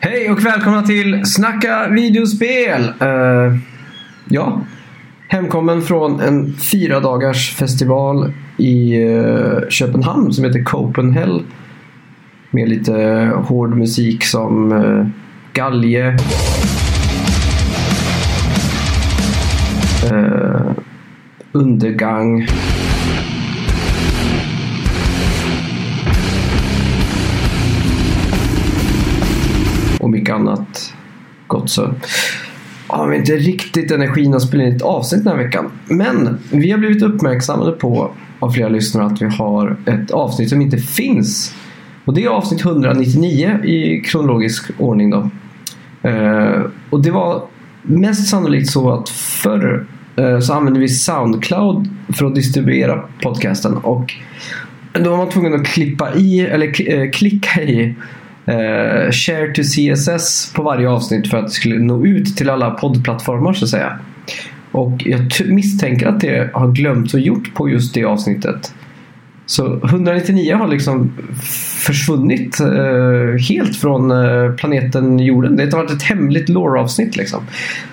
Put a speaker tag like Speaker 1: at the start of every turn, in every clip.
Speaker 1: Hej och välkomna till Snacka videospel! Eh, ja, hemkommen från en fyra dagars festival i eh, Köpenhamn som heter Copenhagen. Med lite hård musik som eh, galge. Eh, undergang. och mycket annat gott så. Har vi inte riktigt energin att spela in ett avsnitt den här veckan. Men vi har blivit uppmärksammade på av flera lyssnare att vi har ett avsnitt som inte finns. Och det är avsnitt 199 i kronologisk ordning då. Eh, och det var mest sannolikt så att förr eh, så använde vi Soundcloud för att distribuera podcasten. Och då var man tvungen att klippa i, eller kli- eh, klicka i eh, share to CSS på varje avsnitt för att det skulle nå ut till alla poddplattformar så att säga. Och jag t- misstänker att det har glömts och gjort på just det avsnittet. Så 199 har liksom försvunnit eh, helt från eh, planeten jorden. Det har varit ett hemligt lore-avsnitt liksom.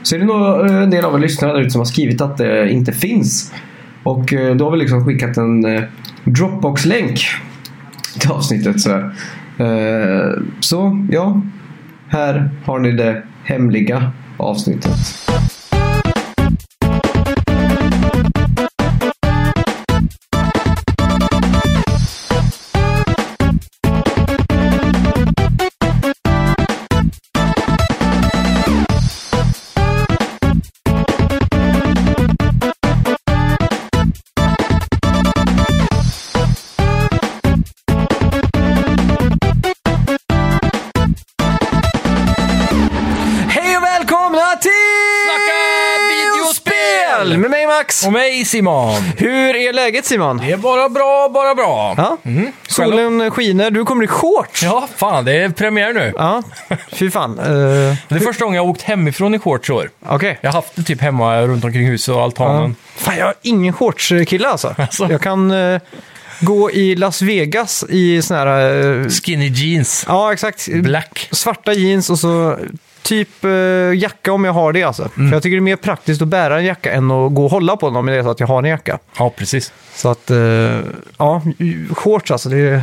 Speaker 1: Så är det nog eh, en del av er lyssnare där ute som har skrivit att det inte finns. Och eh, då har vi liksom skickat en eh, Dropbox-länk till avsnittet. Så, här. Eh, så ja, här har ni det hemliga avsnittet. Hej och välkomna till
Speaker 2: Snacka videospel!
Speaker 1: med mig Max.
Speaker 2: Och mig Simon.
Speaker 1: Hur är läget Simon?
Speaker 2: Det är bara bra, bara bra.
Speaker 1: Ja? Solen skiner, du kommer i shorts.
Speaker 2: Mhm. Ja, fan det är premiär nu.
Speaker 1: Ja, fy fan. Eh,
Speaker 2: Det är första gången jag har åkt hemifrån i shorts i år.
Speaker 1: Okej.
Speaker 2: Jag har haft det typ hemma runt omkring huset och altanen.
Speaker 3: Fan, jag är ingen shortskille alltså.
Speaker 2: Alltså.
Speaker 3: Jag kan eh, gå i Las Vegas i såna här... eh,
Speaker 2: Skinny jeans.
Speaker 3: ja, exakt.
Speaker 2: Black.
Speaker 3: Svarta jeans och så typ eh, jacka om jag har det alltså.
Speaker 2: Mm.
Speaker 3: För jag tycker det är mer praktiskt att bära en jacka än att gå och hålla på den om det är så att jag har en jacka.
Speaker 2: Ja, precis.
Speaker 3: Så att, eh, ja, shorts alltså. Det är,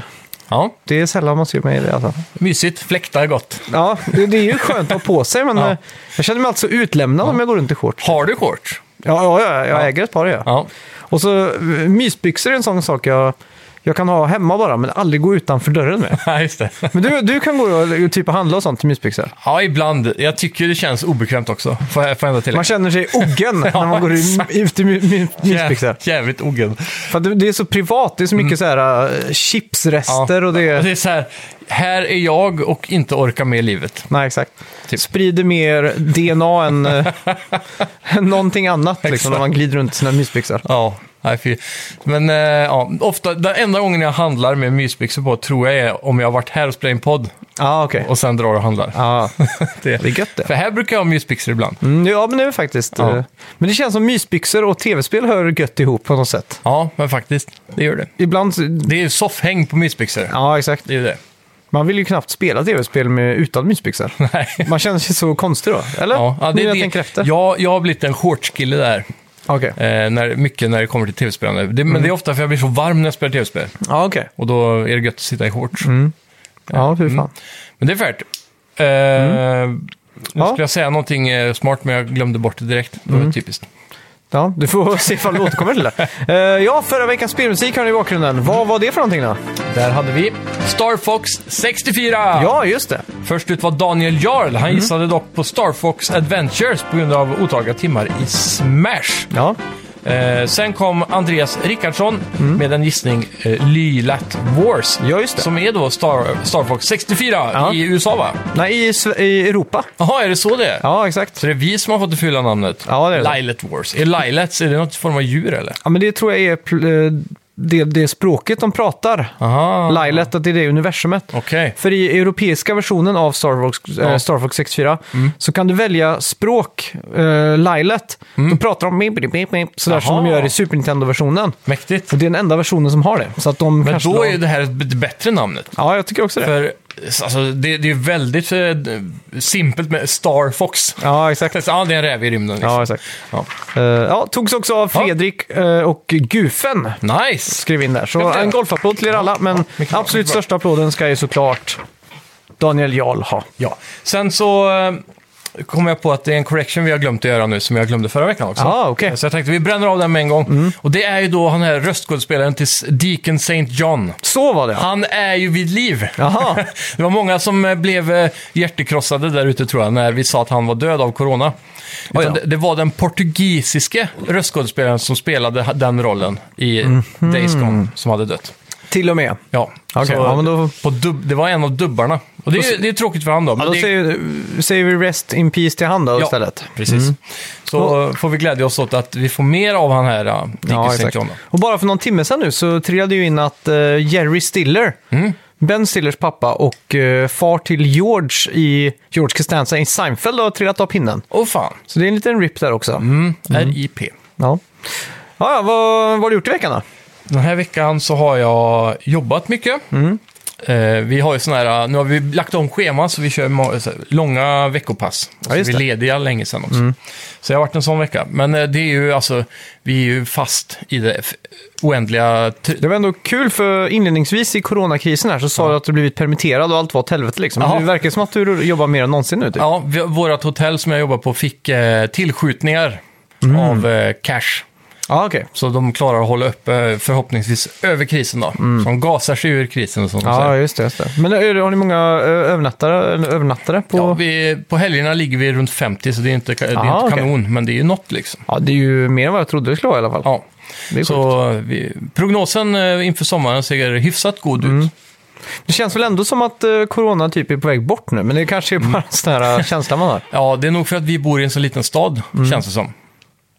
Speaker 2: Ja,
Speaker 3: det är sällan man ser mig i det alltså.
Speaker 2: mysigt. Fläktar gott.
Speaker 3: Ja, det, det är ju skönt att ha på sig men
Speaker 2: Ja.
Speaker 3: eh, jag känner mig alltså utlämnad om jag går runt i shorts.
Speaker 2: Har du shorts?
Speaker 3: Ja, ja, ja jag äger ett par ja.
Speaker 2: Ja.
Speaker 3: Och så eh, mysbyxor är en sån sak jag, jag kan ha hemma bara, men aldrig gå utanför dörren med.
Speaker 2: ja, just det.
Speaker 3: Men du, du kan gå och typ och handla och sånt till mysbyxor.
Speaker 2: Ja, ibland. Jag tycker det känns obekvämt också. Får jag, får jag ändå till
Speaker 3: Man känner sig oggen när man går i-
Speaker 2: exakt.
Speaker 3: ut i my, my, mysbyxor.
Speaker 2: Jävligt oggen.
Speaker 3: För att det, det är så privat, det är så
Speaker 2: Mm.
Speaker 3: mycket så här eh, chipsrester och
Speaker 2: Det
Speaker 3: det...
Speaker 2: är så här, här är jag och inte orkar med livet.
Speaker 3: Nej, exakt.
Speaker 2: Typ.
Speaker 3: Sprider mer DNA än, eh, än någonting annat liksom, när man glider runt i sina mysbyxor.
Speaker 2: Ja, nej fy. Men eh, ja, ofta, den enda gången jag handlar med mysbyxor på tror jag är om jag har varit här och spelat in podd
Speaker 3: Ja, okej.
Speaker 2: och sen drar och handlar.
Speaker 3: Ja, det är gött det.
Speaker 2: För här brukar jag ha mysbyxor ibland.
Speaker 3: Mm, ja, men det är faktiskt.
Speaker 2: Ja.
Speaker 3: eh, Men det känns som mysbyxor och tv-spel hör gött ihop på något sätt.
Speaker 2: Ja, men faktiskt, det gör det.
Speaker 3: Ibland... så-
Speaker 2: Det är ju soffhäng på mysbyxor.
Speaker 3: Ja, exakt.
Speaker 2: Det är ju det.
Speaker 3: Man vill ju knappt spela tv-spel med, utan mysbyxor.
Speaker 2: Nej.
Speaker 3: Man känner sig så konstig då, eller?
Speaker 2: Ja, ja,
Speaker 3: Nu
Speaker 2: det,
Speaker 3: när jag
Speaker 2: det,
Speaker 3: tänker efter.
Speaker 2: Jag, jag har blivit en shortskille där.
Speaker 3: Okej.
Speaker 2: Eh, när, mycket när det kommer till tv-spelande. Det,
Speaker 3: Mm.
Speaker 2: Men det är ofta för jag blir så varm när jag spelar tv-spel.
Speaker 3: Ja, okej.
Speaker 2: Och då är det gött att sitta i shorts.
Speaker 3: Mm. Ja,
Speaker 2: Mm.
Speaker 3: hur fan.
Speaker 2: Men det är färdigt. Eh, Nu
Speaker 3: Mm. Ja. Mm.
Speaker 2: skulle jag säga någonting eh, smart, men jag glömde bort det direkt. Det var typiskt.
Speaker 3: Ja, du får se ifall du återkommer till det. Eh, ja, förra veckans spelmusik har ni i bakgrunden. Vad var det för någonting då?
Speaker 2: Där hade vi Star Fox 64!
Speaker 3: Ja, Mhm. just det.
Speaker 2: Först ut var Daniel Jarl. Han gissade dock på Star Fox Adventures på grund av otaliga timmar i Smash.
Speaker 3: Ja,
Speaker 2: Eh, sen kom Andreas Rickardsson med en gissning, eh, Lylat Wars.
Speaker 3: Mm. Ja, just det.
Speaker 2: Som är då Star, Star Fox 64
Speaker 3: Ja.
Speaker 2: i USA, va?
Speaker 3: nej, i, Sve- i Europa.
Speaker 2: Jaha, är det så det är?
Speaker 3: Ja, exakt.
Speaker 2: Så det är vi som har fått det fulla namnet?
Speaker 3: Ja, det är det.
Speaker 2: Lylat Wars. Är Lylats, är det något form av djur eller?
Speaker 3: Ja, men det tror jag är pl- eh, det, det språket de pratar.
Speaker 2: Aha.
Speaker 3: Lilet, att det är det universumet.
Speaker 2: Okej.
Speaker 3: För i europeiska versionen av Star Fox, eh, Star Fox 64
Speaker 2: Mm.
Speaker 3: så kan du välja språk, eh, Lilet. Då pratar de mip, mip, mip, mip, sådär som
Speaker 2: Mm. Jaha.
Speaker 3: de gör i Super Nintendo-versionen.
Speaker 2: Mäktigt.
Speaker 3: Och det är den enda versionen som har det. Så att de
Speaker 2: Men
Speaker 3: kanske
Speaker 2: då
Speaker 3: la-
Speaker 2: är det här det bättre namnet.
Speaker 3: Ja, jag tycker också det.
Speaker 2: För Alltså, det, det är väldigt eh, simpelt med Star Fox.
Speaker 3: Ja, exakt.
Speaker 2: Ja, det är en räv i rymden. Liksom.
Speaker 3: Ja, exakt.
Speaker 2: Ja.
Speaker 3: Eh, ja, togs också av Fredrik eh, och Gufen.
Speaker 2: Nice!
Speaker 3: Skrev in där. Så
Speaker 2: Just det.
Speaker 3: en golfapplåd till er alla, men absolut största applåden ska ju såklart Daniel Jarl ha.
Speaker 2: Ja. Sen så eh, kom jag på att det är en correction vi har glömt att göra nu, som jag glömde förra veckan också.
Speaker 3: Ja, Ah, okej. Mm.
Speaker 2: Så jag tänkte vi bränner av den med en gång. Och det är ju då han här röstskådespelaren till Deacon St. John.
Speaker 3: Så var det ja.
Speaker 2: Han är ju vid liv.
Speaker 3: Jaha.
Speaker 2: det var många som eh, blev eh, hjärtekrossade där ute tror jag, när vi sa att han var död av corona. Utan
Speaker 3: Oj då.
Speaker 2: det, det var den portugisiske röstskådespelaren som spelade ha- den rollen i
Speaker 3: Mhm.
Speaker 2: Days Gone som hade dött.
Speaker 3: Till och med.
Speaker 2: Ja,
Speaker 3: Okej,
Speaker 2: Så,
Speaker 3: ja, men då-
Speaker 2: på dubb, det var en av dubbarna. Och det är, ju- det är tråkigt för han då. men
Speaker 3: Ja, då
Speaker 2: det,
Speaker 3: säger, säger vi rest in peace till han då
Speaker 2: Ja.
Speaker 3: istället. Mm.
Speaker 2: Precis. Så eh, får vi glädja oss åt att vi får mer av han här, eh, Dickie
Speaker 3: Ja,
Speaker 2: St.
Speaker 3: exakt.
Speaker 2: John. då.
Speaker 3: Och bara för någon timme sedan nu så trillade ju in att eh, Jerry Stiller,
Speaker 2: Mm.
Speaker 3: Ben Stillers pappa och eh, far till George i George Costanza i Seinfeld har trillat av pinnen.
Speaker 2: Åh fan,
Speaker 3: Så det är en liten rip där också.
Speaker 2: mm. RIP.
Speaker 3: Ja. Ja, ja, vad, vad har du gjort i veckan då?
Speaker 2: Den här veckan så har jag jobbat mycket.
Speaker 3: Mm.
Speaker 2: Eh, vi har ju sån här, nu har vi lagt om schema så vi kör ma- eh, så här, långa veckopass.
Speaker 3: Ja,
Speaker 2: så vi
Speaker 3: just
Speaker 2: är
Speaker 3: det. Mm.
Speaker 2: lediga länge sedan också. Så jag har varit en sån vecka. Men eh, det är ju alltså, vi är ju fast i det f- oändliga... t-
Speaker 3: Det var ändå kul för inledningsvis i coronakrisen här så sa du att du blivit permitterad och allt var åt helvete liksom. Men
Speaker 2: Jaha.
Speaker 3: det verkar som att du jobbar mer än någonsin nu typ.
Speaker 2: Ja, vi, vårat hotell som jag jobbar på fick eh, tillskjutningar
Speaker 3: Mm.
Speaker 2: av eh, cash.
Speaker 3: Ja, okej.
Speaker 2: Så de klarar att hålla uppe förhoppningsvis över krisen då. Så de gasar sig ur krisen och sånt.
Speaker 3: Mm. Ja, just det, just det. Men är, det- har ni många eh, övernattare, eller övernattare på...
Speaker 2: Ja, vi, på helgerna ligger vi runt 50 så det är inte, det är
Speaker 3: Aha,
Speaker 2: inte
Speaker 3: okej.
Speaker 2: kanon, men det är ju något liksom.
Speaker 3: Ja, det är ju mer än vad jag trodde det skulle vara i alla fall.
Speaker 2: Ja.
Speaker 3: Det, är sjukt.
Speaker 2: Så vi, prognosen eh, inför sommaren ser hyfsat god
Speaker 3: Mm.
Speaker 2: ut.
Speaker 3: det känns väl ändå som att eh, corona typ är på väg bort nu, men det kanske är bara en sån här eh, känsla man har.
Speaker 2: Ja, det är nog för att vi bor i en så liten stad, känns det som.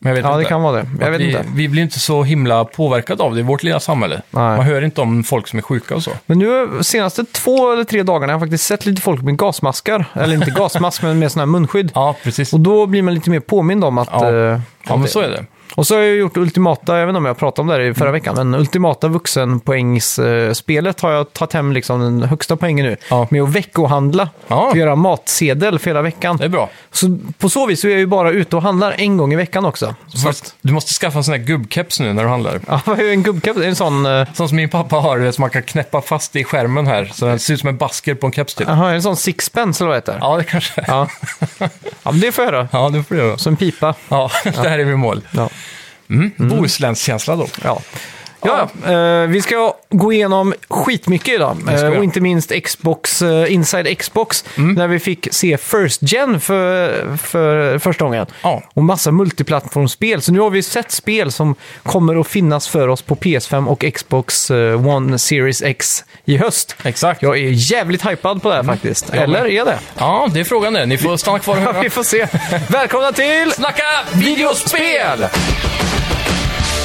Speaker 2: Men jag vet
Speaker 3: Mm. Ja,
Speaker 2: inte.
Speaker 3: det kan vara det. Jag
Speaker 2: Att
Speaker 3: vet
Speaker 2: vi,
Speaker 3: inte.
Speaker 2: vi blir inte så himla påverkade av det i vårt lilla samhälle.
Speaker 3: Nej.
Speaker 2: Man hör inte om folk som är sjuka och så.
Speaker 3: Men nu senaste två eller tre dagarna har jag faktiskt sett lite folk med gasmaskar. Eller inte gasmask, men med sån här munskydd.
Speaker 2: Ja, precis.
Speaker 3: Och då blir man lite mer påmind om att...
Speaker 2: Ja.
Speaker 3: eh,
Speaker 2: Ja, men så Mm. är det.
Speaker 3: Och så har jag gjort Ultimata, jag vet inte om jag pratade om det här i förra veckan, men Ultimata vuxenpoängsspelet har jag tagit hem liksom den högsta poängen nu.
Speaker 2: Ja.
Speaker 3: Med att veckohandla
Speaker 2: Ja.
Speaker 3: och göra matsedel för hela veckan.
Speaker 2: Det är bra.
Speaker 3: Så på så vis så är jag ju bara ute och handlar en gång i veckan också. Så att,
Speaker 2: Fast du måste skaffa en sån här gubbkeps nu när du handlar.
Speaker 3: ja, vad är en gubbkeps? Det är En sån... eh,
Speaker 2: Sån som min pappa har, eh, som man kan knäppa fast i skärmen här. Så den ser ut som en basker på en keps typ.
Speaker 3: Jaha, är det en sån sixpence eller vad det heter?
Speaker 2: Ja, det kanske
Speaker 3: Ja. ja, men det får jag göra.
Speaker 2: Ja, det får du göra.
Speaker 3: Som pipa.
Speaker 2: Ja, det här är vi mål.
Speaker 3: Ja.
Speaker 2: Mm. Bohuslänsk-känsla då.
Speaker 3: Ja. Ja, eh, vi ska gå igenom skitmycket idag.
Speaker 2: ska vi Mm.
Speaker 3: Eh,
Speaker 2: göra.
Speaker 3: och inte minst Xbox, eh, Inside Xbox, där vi fick se First Gen för, för första gången.
Speaker 2: Ja.
Speaker 3: Och massa multiplattformsspel. Så nu har vi sett spel som kommer att finnas för oss på PS5 och Xbox eh, One Series X i höst.
Speaker 2: Exakt.
Speaker 3: Jag är jävligt hypad på det här faktiskt.
Speaker 2: Mm. Jag med.
Speaker 3: Eller är det?
Speaker 2: Ja, det är frågan det. Ni får stanna kvar och höra.
Speaker 3: vi får se. Välkomna till...
Speaker 2: Snacka videospel!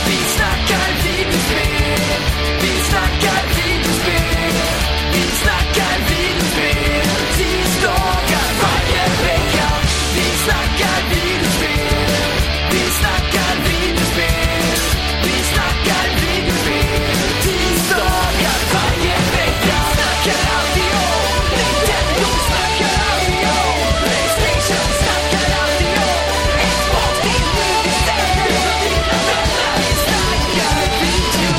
Speaker 4: Vi snackar videospel, vi snackar videospel, vi snackar videospel, tisdagar varje vecka. Vi snackar videospel, vi snackar videospel, vi snackar videospel, tisdagar varje vecka. Snackar alltid om Nintendo, snackar alltid om Playstation, snackar alltid om Xbox, din mobiltelefon, dina vänner. Vi snackar video.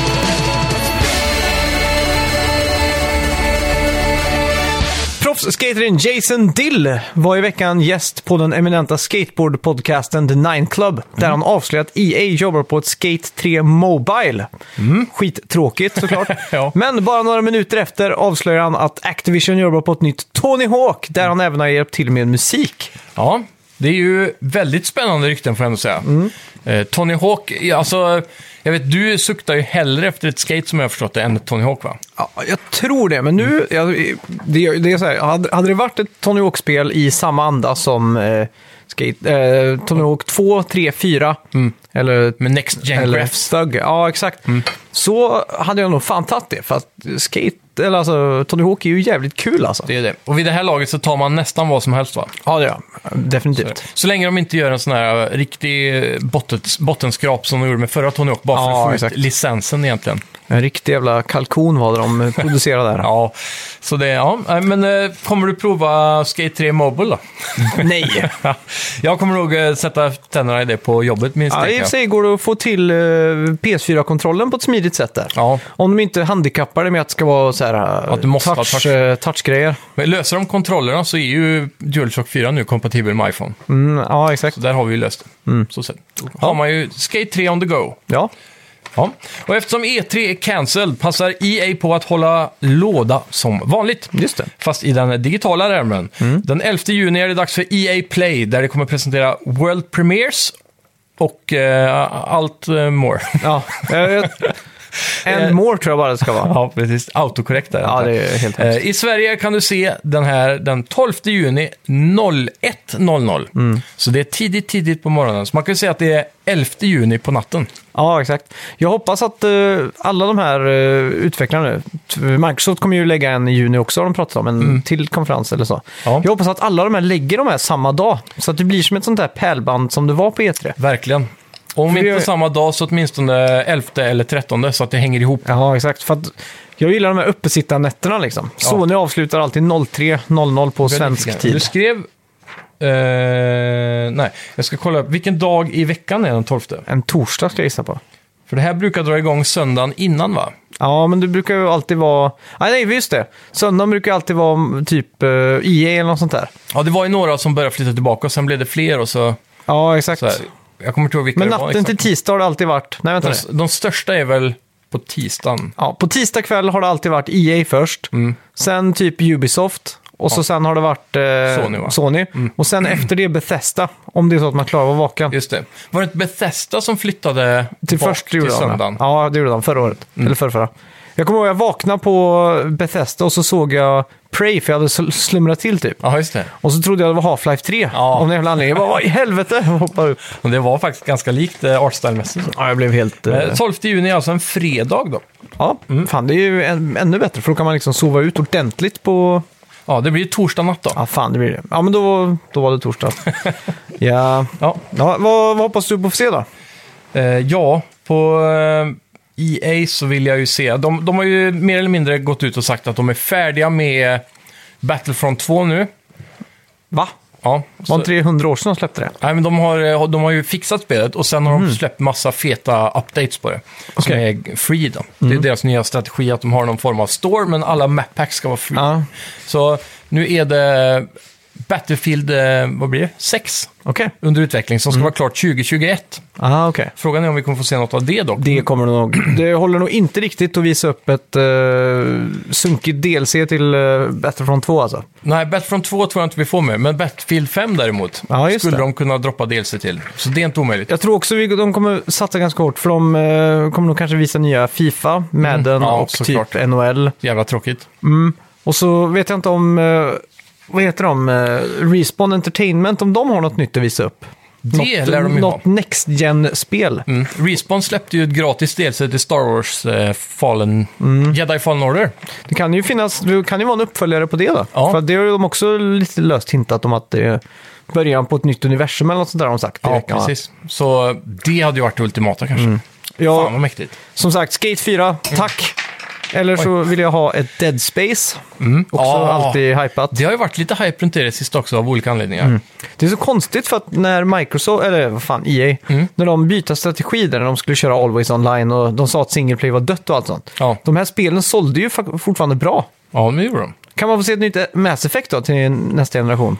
Speaker 3: Proffsskateren Jason Dill var i veckan gäst på den eminenta skateboardpodcasten The Nine Club. Där
Speaker 2: Mm.
Speaker 3: han avslöjat att EA jobbar på ett Skate 3 Mobile. Skittråkigt såklart.
Speaker 2: Mm. Ja.
Speaker 3: Men bara några minuter efter avslöjar han att Activision jobbar på ett nytt Tony Hawk. Där
Speaker 2: Mm.
Speaker 3: han även har hjälpt till med musik.
Speaker 2: Ja, det är ju väldigt spännande rykten får jag ändå säga. Eh, Tony Hawk, ja, alltså, jag vet du suktar ju hellre efter ett skate som jag har förstått det, än ett Tony Hawk va?
Speaker 3: Ja, jag tror det, men nu... Jag, det, det är så här, hade, hade det varit ett Tony Hawk-spel i samma anda som eh, skate, eh, Tony Hawk 2, 3, 4 eller
Speaker 2: Mm. Med Mm. Next Gen
Speaker 3: eller
Speaker 2: Graphs.
Speaker 3: Thug. Ja, exakt. Så hade jag nog fan tagit det. För att skate, eller alltså, Tony Hawk är ju jävligt kul alltså.
Speaker 2: Det är det. Och vid det här laget så tar man nästan vad som helst va?
Speaker 3: Ja, det är jag. Definitivt.
Speaker 2: Så länge de inte gör en sån här riktig bottens, bottenskrap som de gjorde med förra Tony Hawk, bara för
Speaker 3: Ja,
Speaker 2: att få
Speaker 3: exakt.
Speaker 2: ut licensen egentligen.
Speaker 3: En riktig jävla kalkon var det de producerade där.
Speaker 2: Ja, så det, ja. Nej, Men eh, kommer du prova Skate 3 Mobile då?
Speaker 3: Nej!
Speaker 2: jag kommer nog eh, sätta tänderna i det på jobbet minst.
Speaker 3: Ja, I och
Speaker 2: tänker
Speaker 3: för
Speaker 2: jag.
Speaker 3: sig går det att få till eh, PS4-kontrollen på ett smidigt sätt där.
Speaker 2: ja.
Speaker 3: Om de inte handikappar det med att det ska vara så här, eh,
Speaker 2: Att du måste ha
Speaker 3: touch,
Speaker 2: touch.
Speaker 3: eh, touchgrejer.
Speaker 2: Men löser de kontrollerna så är ju DualShock 4 nu kompatibel med iPhone.
Speaker 3: Mm, ja, exakt.
Speaker 2: Så där har vi ju löst det.
Speaker 3: Mm.
Speaker 2: Så sett. Då har man ju Skate 3 on the go.
Speaker 3: Ja.
Speaker 2: Ja. Och eftersom E3 är cancelled passar EA på att hålla låda som vanligt.
Speaker 3: Just det.
Speaker 2: Fast i den digitala värmen.
Speaker 3: Mm.
Speaker 2: Den 11 juni är det dags för EA Play där det kommer presentera World Premiers och eh, allt eh, more.
Speaker 3: ja. eh, Jag vet. And more tror jag bara det ska vara.
Speaker 2: Ja, precis. Autokorrekt där.
Speaker 3: Ja, det är helt
Speaker 2: Eh, I Sverige kan du se den här den 12 juni 01.00.
Speaker 3: Mm.
Speaker 2: Så det är tidigt, tidigt på morgonen. Så man kan ju säga att det är 11 juni på natten.
Speaker 3: Ja, exakt. Jag hoppas att eh, alla de här eh, utvecklarna nu, t- Microsoft kommer ju lägga en i juni också har de pratat om, en till konferens eller så.
Speaker 2: Mm. Ja.
Speaker 3: Jag hoppas att alla de här lägger de här samma dag, så att det blir som ett sånt där pärlband som det var på E E3.
Speaker 2: Verkligen. Om
Speaker 3: För
Speaker 2: inte
Speaker 3: jag-
Speaker 2: samma dag så åtminstone 11 eller 13 så att det hänger ihop.
Speaker 3: Ja, exakt. För att jag gillar de här uppesittarnätterna liksom. Sony avslutar alltid 03.00 på svensk
Speaker 2: Du
Speaker 3: tid.
Speaker 2: skrev... eh, nej, jag ska kolla upp. Vilken dag i veckan är den 12?
Speaker 3: En torsdag ska jag gissa på.
Speaker 2: För det här brukar dra igång söndagen innan va?
Speaker 3: Ja, men det brukar ju alltid vara... Ah, nej, just det. Söndagen brukar alltid vara mm, typ eh, EA eller något sånt där.
Speaker 2: Ja, det var ju några som började flytta tillbaka och sen blev det fler och så...
Speaker 3: Ja, exakt.
Speaker 2: så här, jag kommer inte ihåg vilka
Speaker 3: Men
Speaker 2: det var.
Speaker 3: natten
Speaker 2: exakt.
Speaker 3: till tisdag har det alltid varit... Nej, vänta nu.
Speaker 2: De, de största är väl på tisdagen?
Speaker 3: Ja, på tisdag kväll har det alltid varit EA först,
Speaker 2: Mm.
Speaker 3: sen typ Ubisoft och så sen har det varit eh,
Speaker 2: Sony, va? Mm.
Speaker 3: Och sen efter det Bethesda, om det är så att man klarar att vara vaken.
Speaker 2: Just det. Var det inte Bethesda som flyttade
Speaker 3: Till
Speaker 2: bak
Speaker 3: först
Speaker 2: till
Speaker 3: gjorde de
Speaker 2: söndagen? Mm.
Speaker 3: det. Ja, det gjorde de förra året. Eller förrförra. Jag kommer ihåg jag vaknade på Bethesda och så såg jag Prey, för jag hade sl- slumrat till typ.
Speaker 2: Ja, just det.
Speaker 3: Och så trodde jag det var Half-Life 3,
Speaker 2: Ja.
Speaker 3: av någon jävla anledning. Jag bara, vad i helvete? Jag hoppade upp.
Speaker 2: Och det var faktiskt ganska likt eh, Artstyle-mässigt. så.
Speaker 3: Ja, jag blev helt...
Speaker 2: Eh, Mm. 12 juni är alltså en fredag då.
Speaker 3: Ja, fan det är ju än, ännu bättre, för då kan man liksom sova ut ordentligt på
Speaker 2: Ja, det blir torsdag natt då.
Speaker 3: Ja, fan det blir det. Ja, men då, då var det torsdag. ja.
Speaker 2: Ja,
Speaker 3: ja vad, vad hoppas du på att få se då?
Speaker 2: eh, ja på eh, EA så vill jag ju se. De, de har ju mer eller mindre gått ut och sagt att de är färdiga med Battlefront 2 nu.
Speaker 3: Va?
Speaker 2: Ja,
Speaker 3: Var
Speaker 2: så,
Speaker 3: det 300 år sedan de släppte det?
Speaker 2: nej, men de, har, eh, de har ju fixat spelet och sen har de släppt massa feta updates på det. Som
Speaker 3: Mm. Okej. Mm.
Speaker 2: är free då. Det är deras nya strategi att de har någon form av store, men alla map packs ska vara free.
Speaker 3: Ja,
Speaker 2: Så nu är det Battlefield, eh, vad blir det? 6
Speaker 3: okej.
Speaker 2: under utveckling
Speaker 3: Mm.
Speaker 2: som ska vara klart 2021.
Speaker 3: Ah, okej.
Speaker 2: Frågan är om vi kommer få se något av det dock.
Speaker 3: Det kommer nog... Det håller nog inte riktigt att visa upp ett uh, sunkigt DLC till uh, Battlefront 2 alltså.
Speaker 2: Nej, Battlefront 2 tror jag inte vi får med, men Battlefield 5 däremot
Speaker 3: Ja, just
Speaker 2: skulle
Speaker 3: det.
Speaker 2: de kunna droppa DLC till. Så det är inte omöjligt.
Speaker 3: Jag tror också vi, de kommer satsa ganska hårt för de eh, kommer nog kanske visa nya Fifa, Madden
Speaker 2: Mm. ja,
Speaker 3: och
Speaker 2: såklart.
Speaker 3: typ NHL.
Speaker 2: Jävla tråkigt.
Speaker 3: Och så vet jag inte om... eh, vad heter de? Eh, Respawn Entertainment, om de har något nytt att visa upp.
Speaker 2: Det lär de ju ha.
Speaker 3: Något Next Gen-spel.
Speaker 2: Mm. Respawn släppte ju ett gratis DLC till Star Wars eh, Fallen...
Speaker 3: Mm.
Speaker 2: Jedi Fallen Order.
Speaker 3: Det kan ju finnas, det kan ju vara en uppföljare på det då.
Speaker 2: Ja.
Speaker 3: För att det har ju de också lite löst hintat om att det är början på ett nytt universum eller något sånt där har de sagt.
Speaker 2: Ja,
Speaker 3: direkt, va?
Speaker 2: precis. Så det hade ju varit det ultimata kanske.
Speaker 3: Mm.
Speaker 2: Fan
Speaker 3: Ja,
Speaker 2: vad mäktigt.
Speaker 3: som sagt, Skate 4, tack! Eller så vill jag ha ett Dead Space. Också
Speaker 2: Ja.
Speaker 3: alltid hypat.
Speaker 2: Mm. Ah. Det har ju varit lite hype runt det sist också av olika anledningar.
Speaker 3: Det är så konstigt för att när Microsoft, eller vad fan, EA,
Speaker 2: Mm.
Speaker 3: när de bytte strategi där när de skulle köra Always Online och de sa att single play var dött och allt sånt.
Speaker 2: Ja.
Speaker 3: De här spelen sålde ju fa- fortfarande bra.
Speaker 2: Ja, men det gjorde de.
Speaker 3: Kan man få se ett nytt Mass Effect då till nästa generation?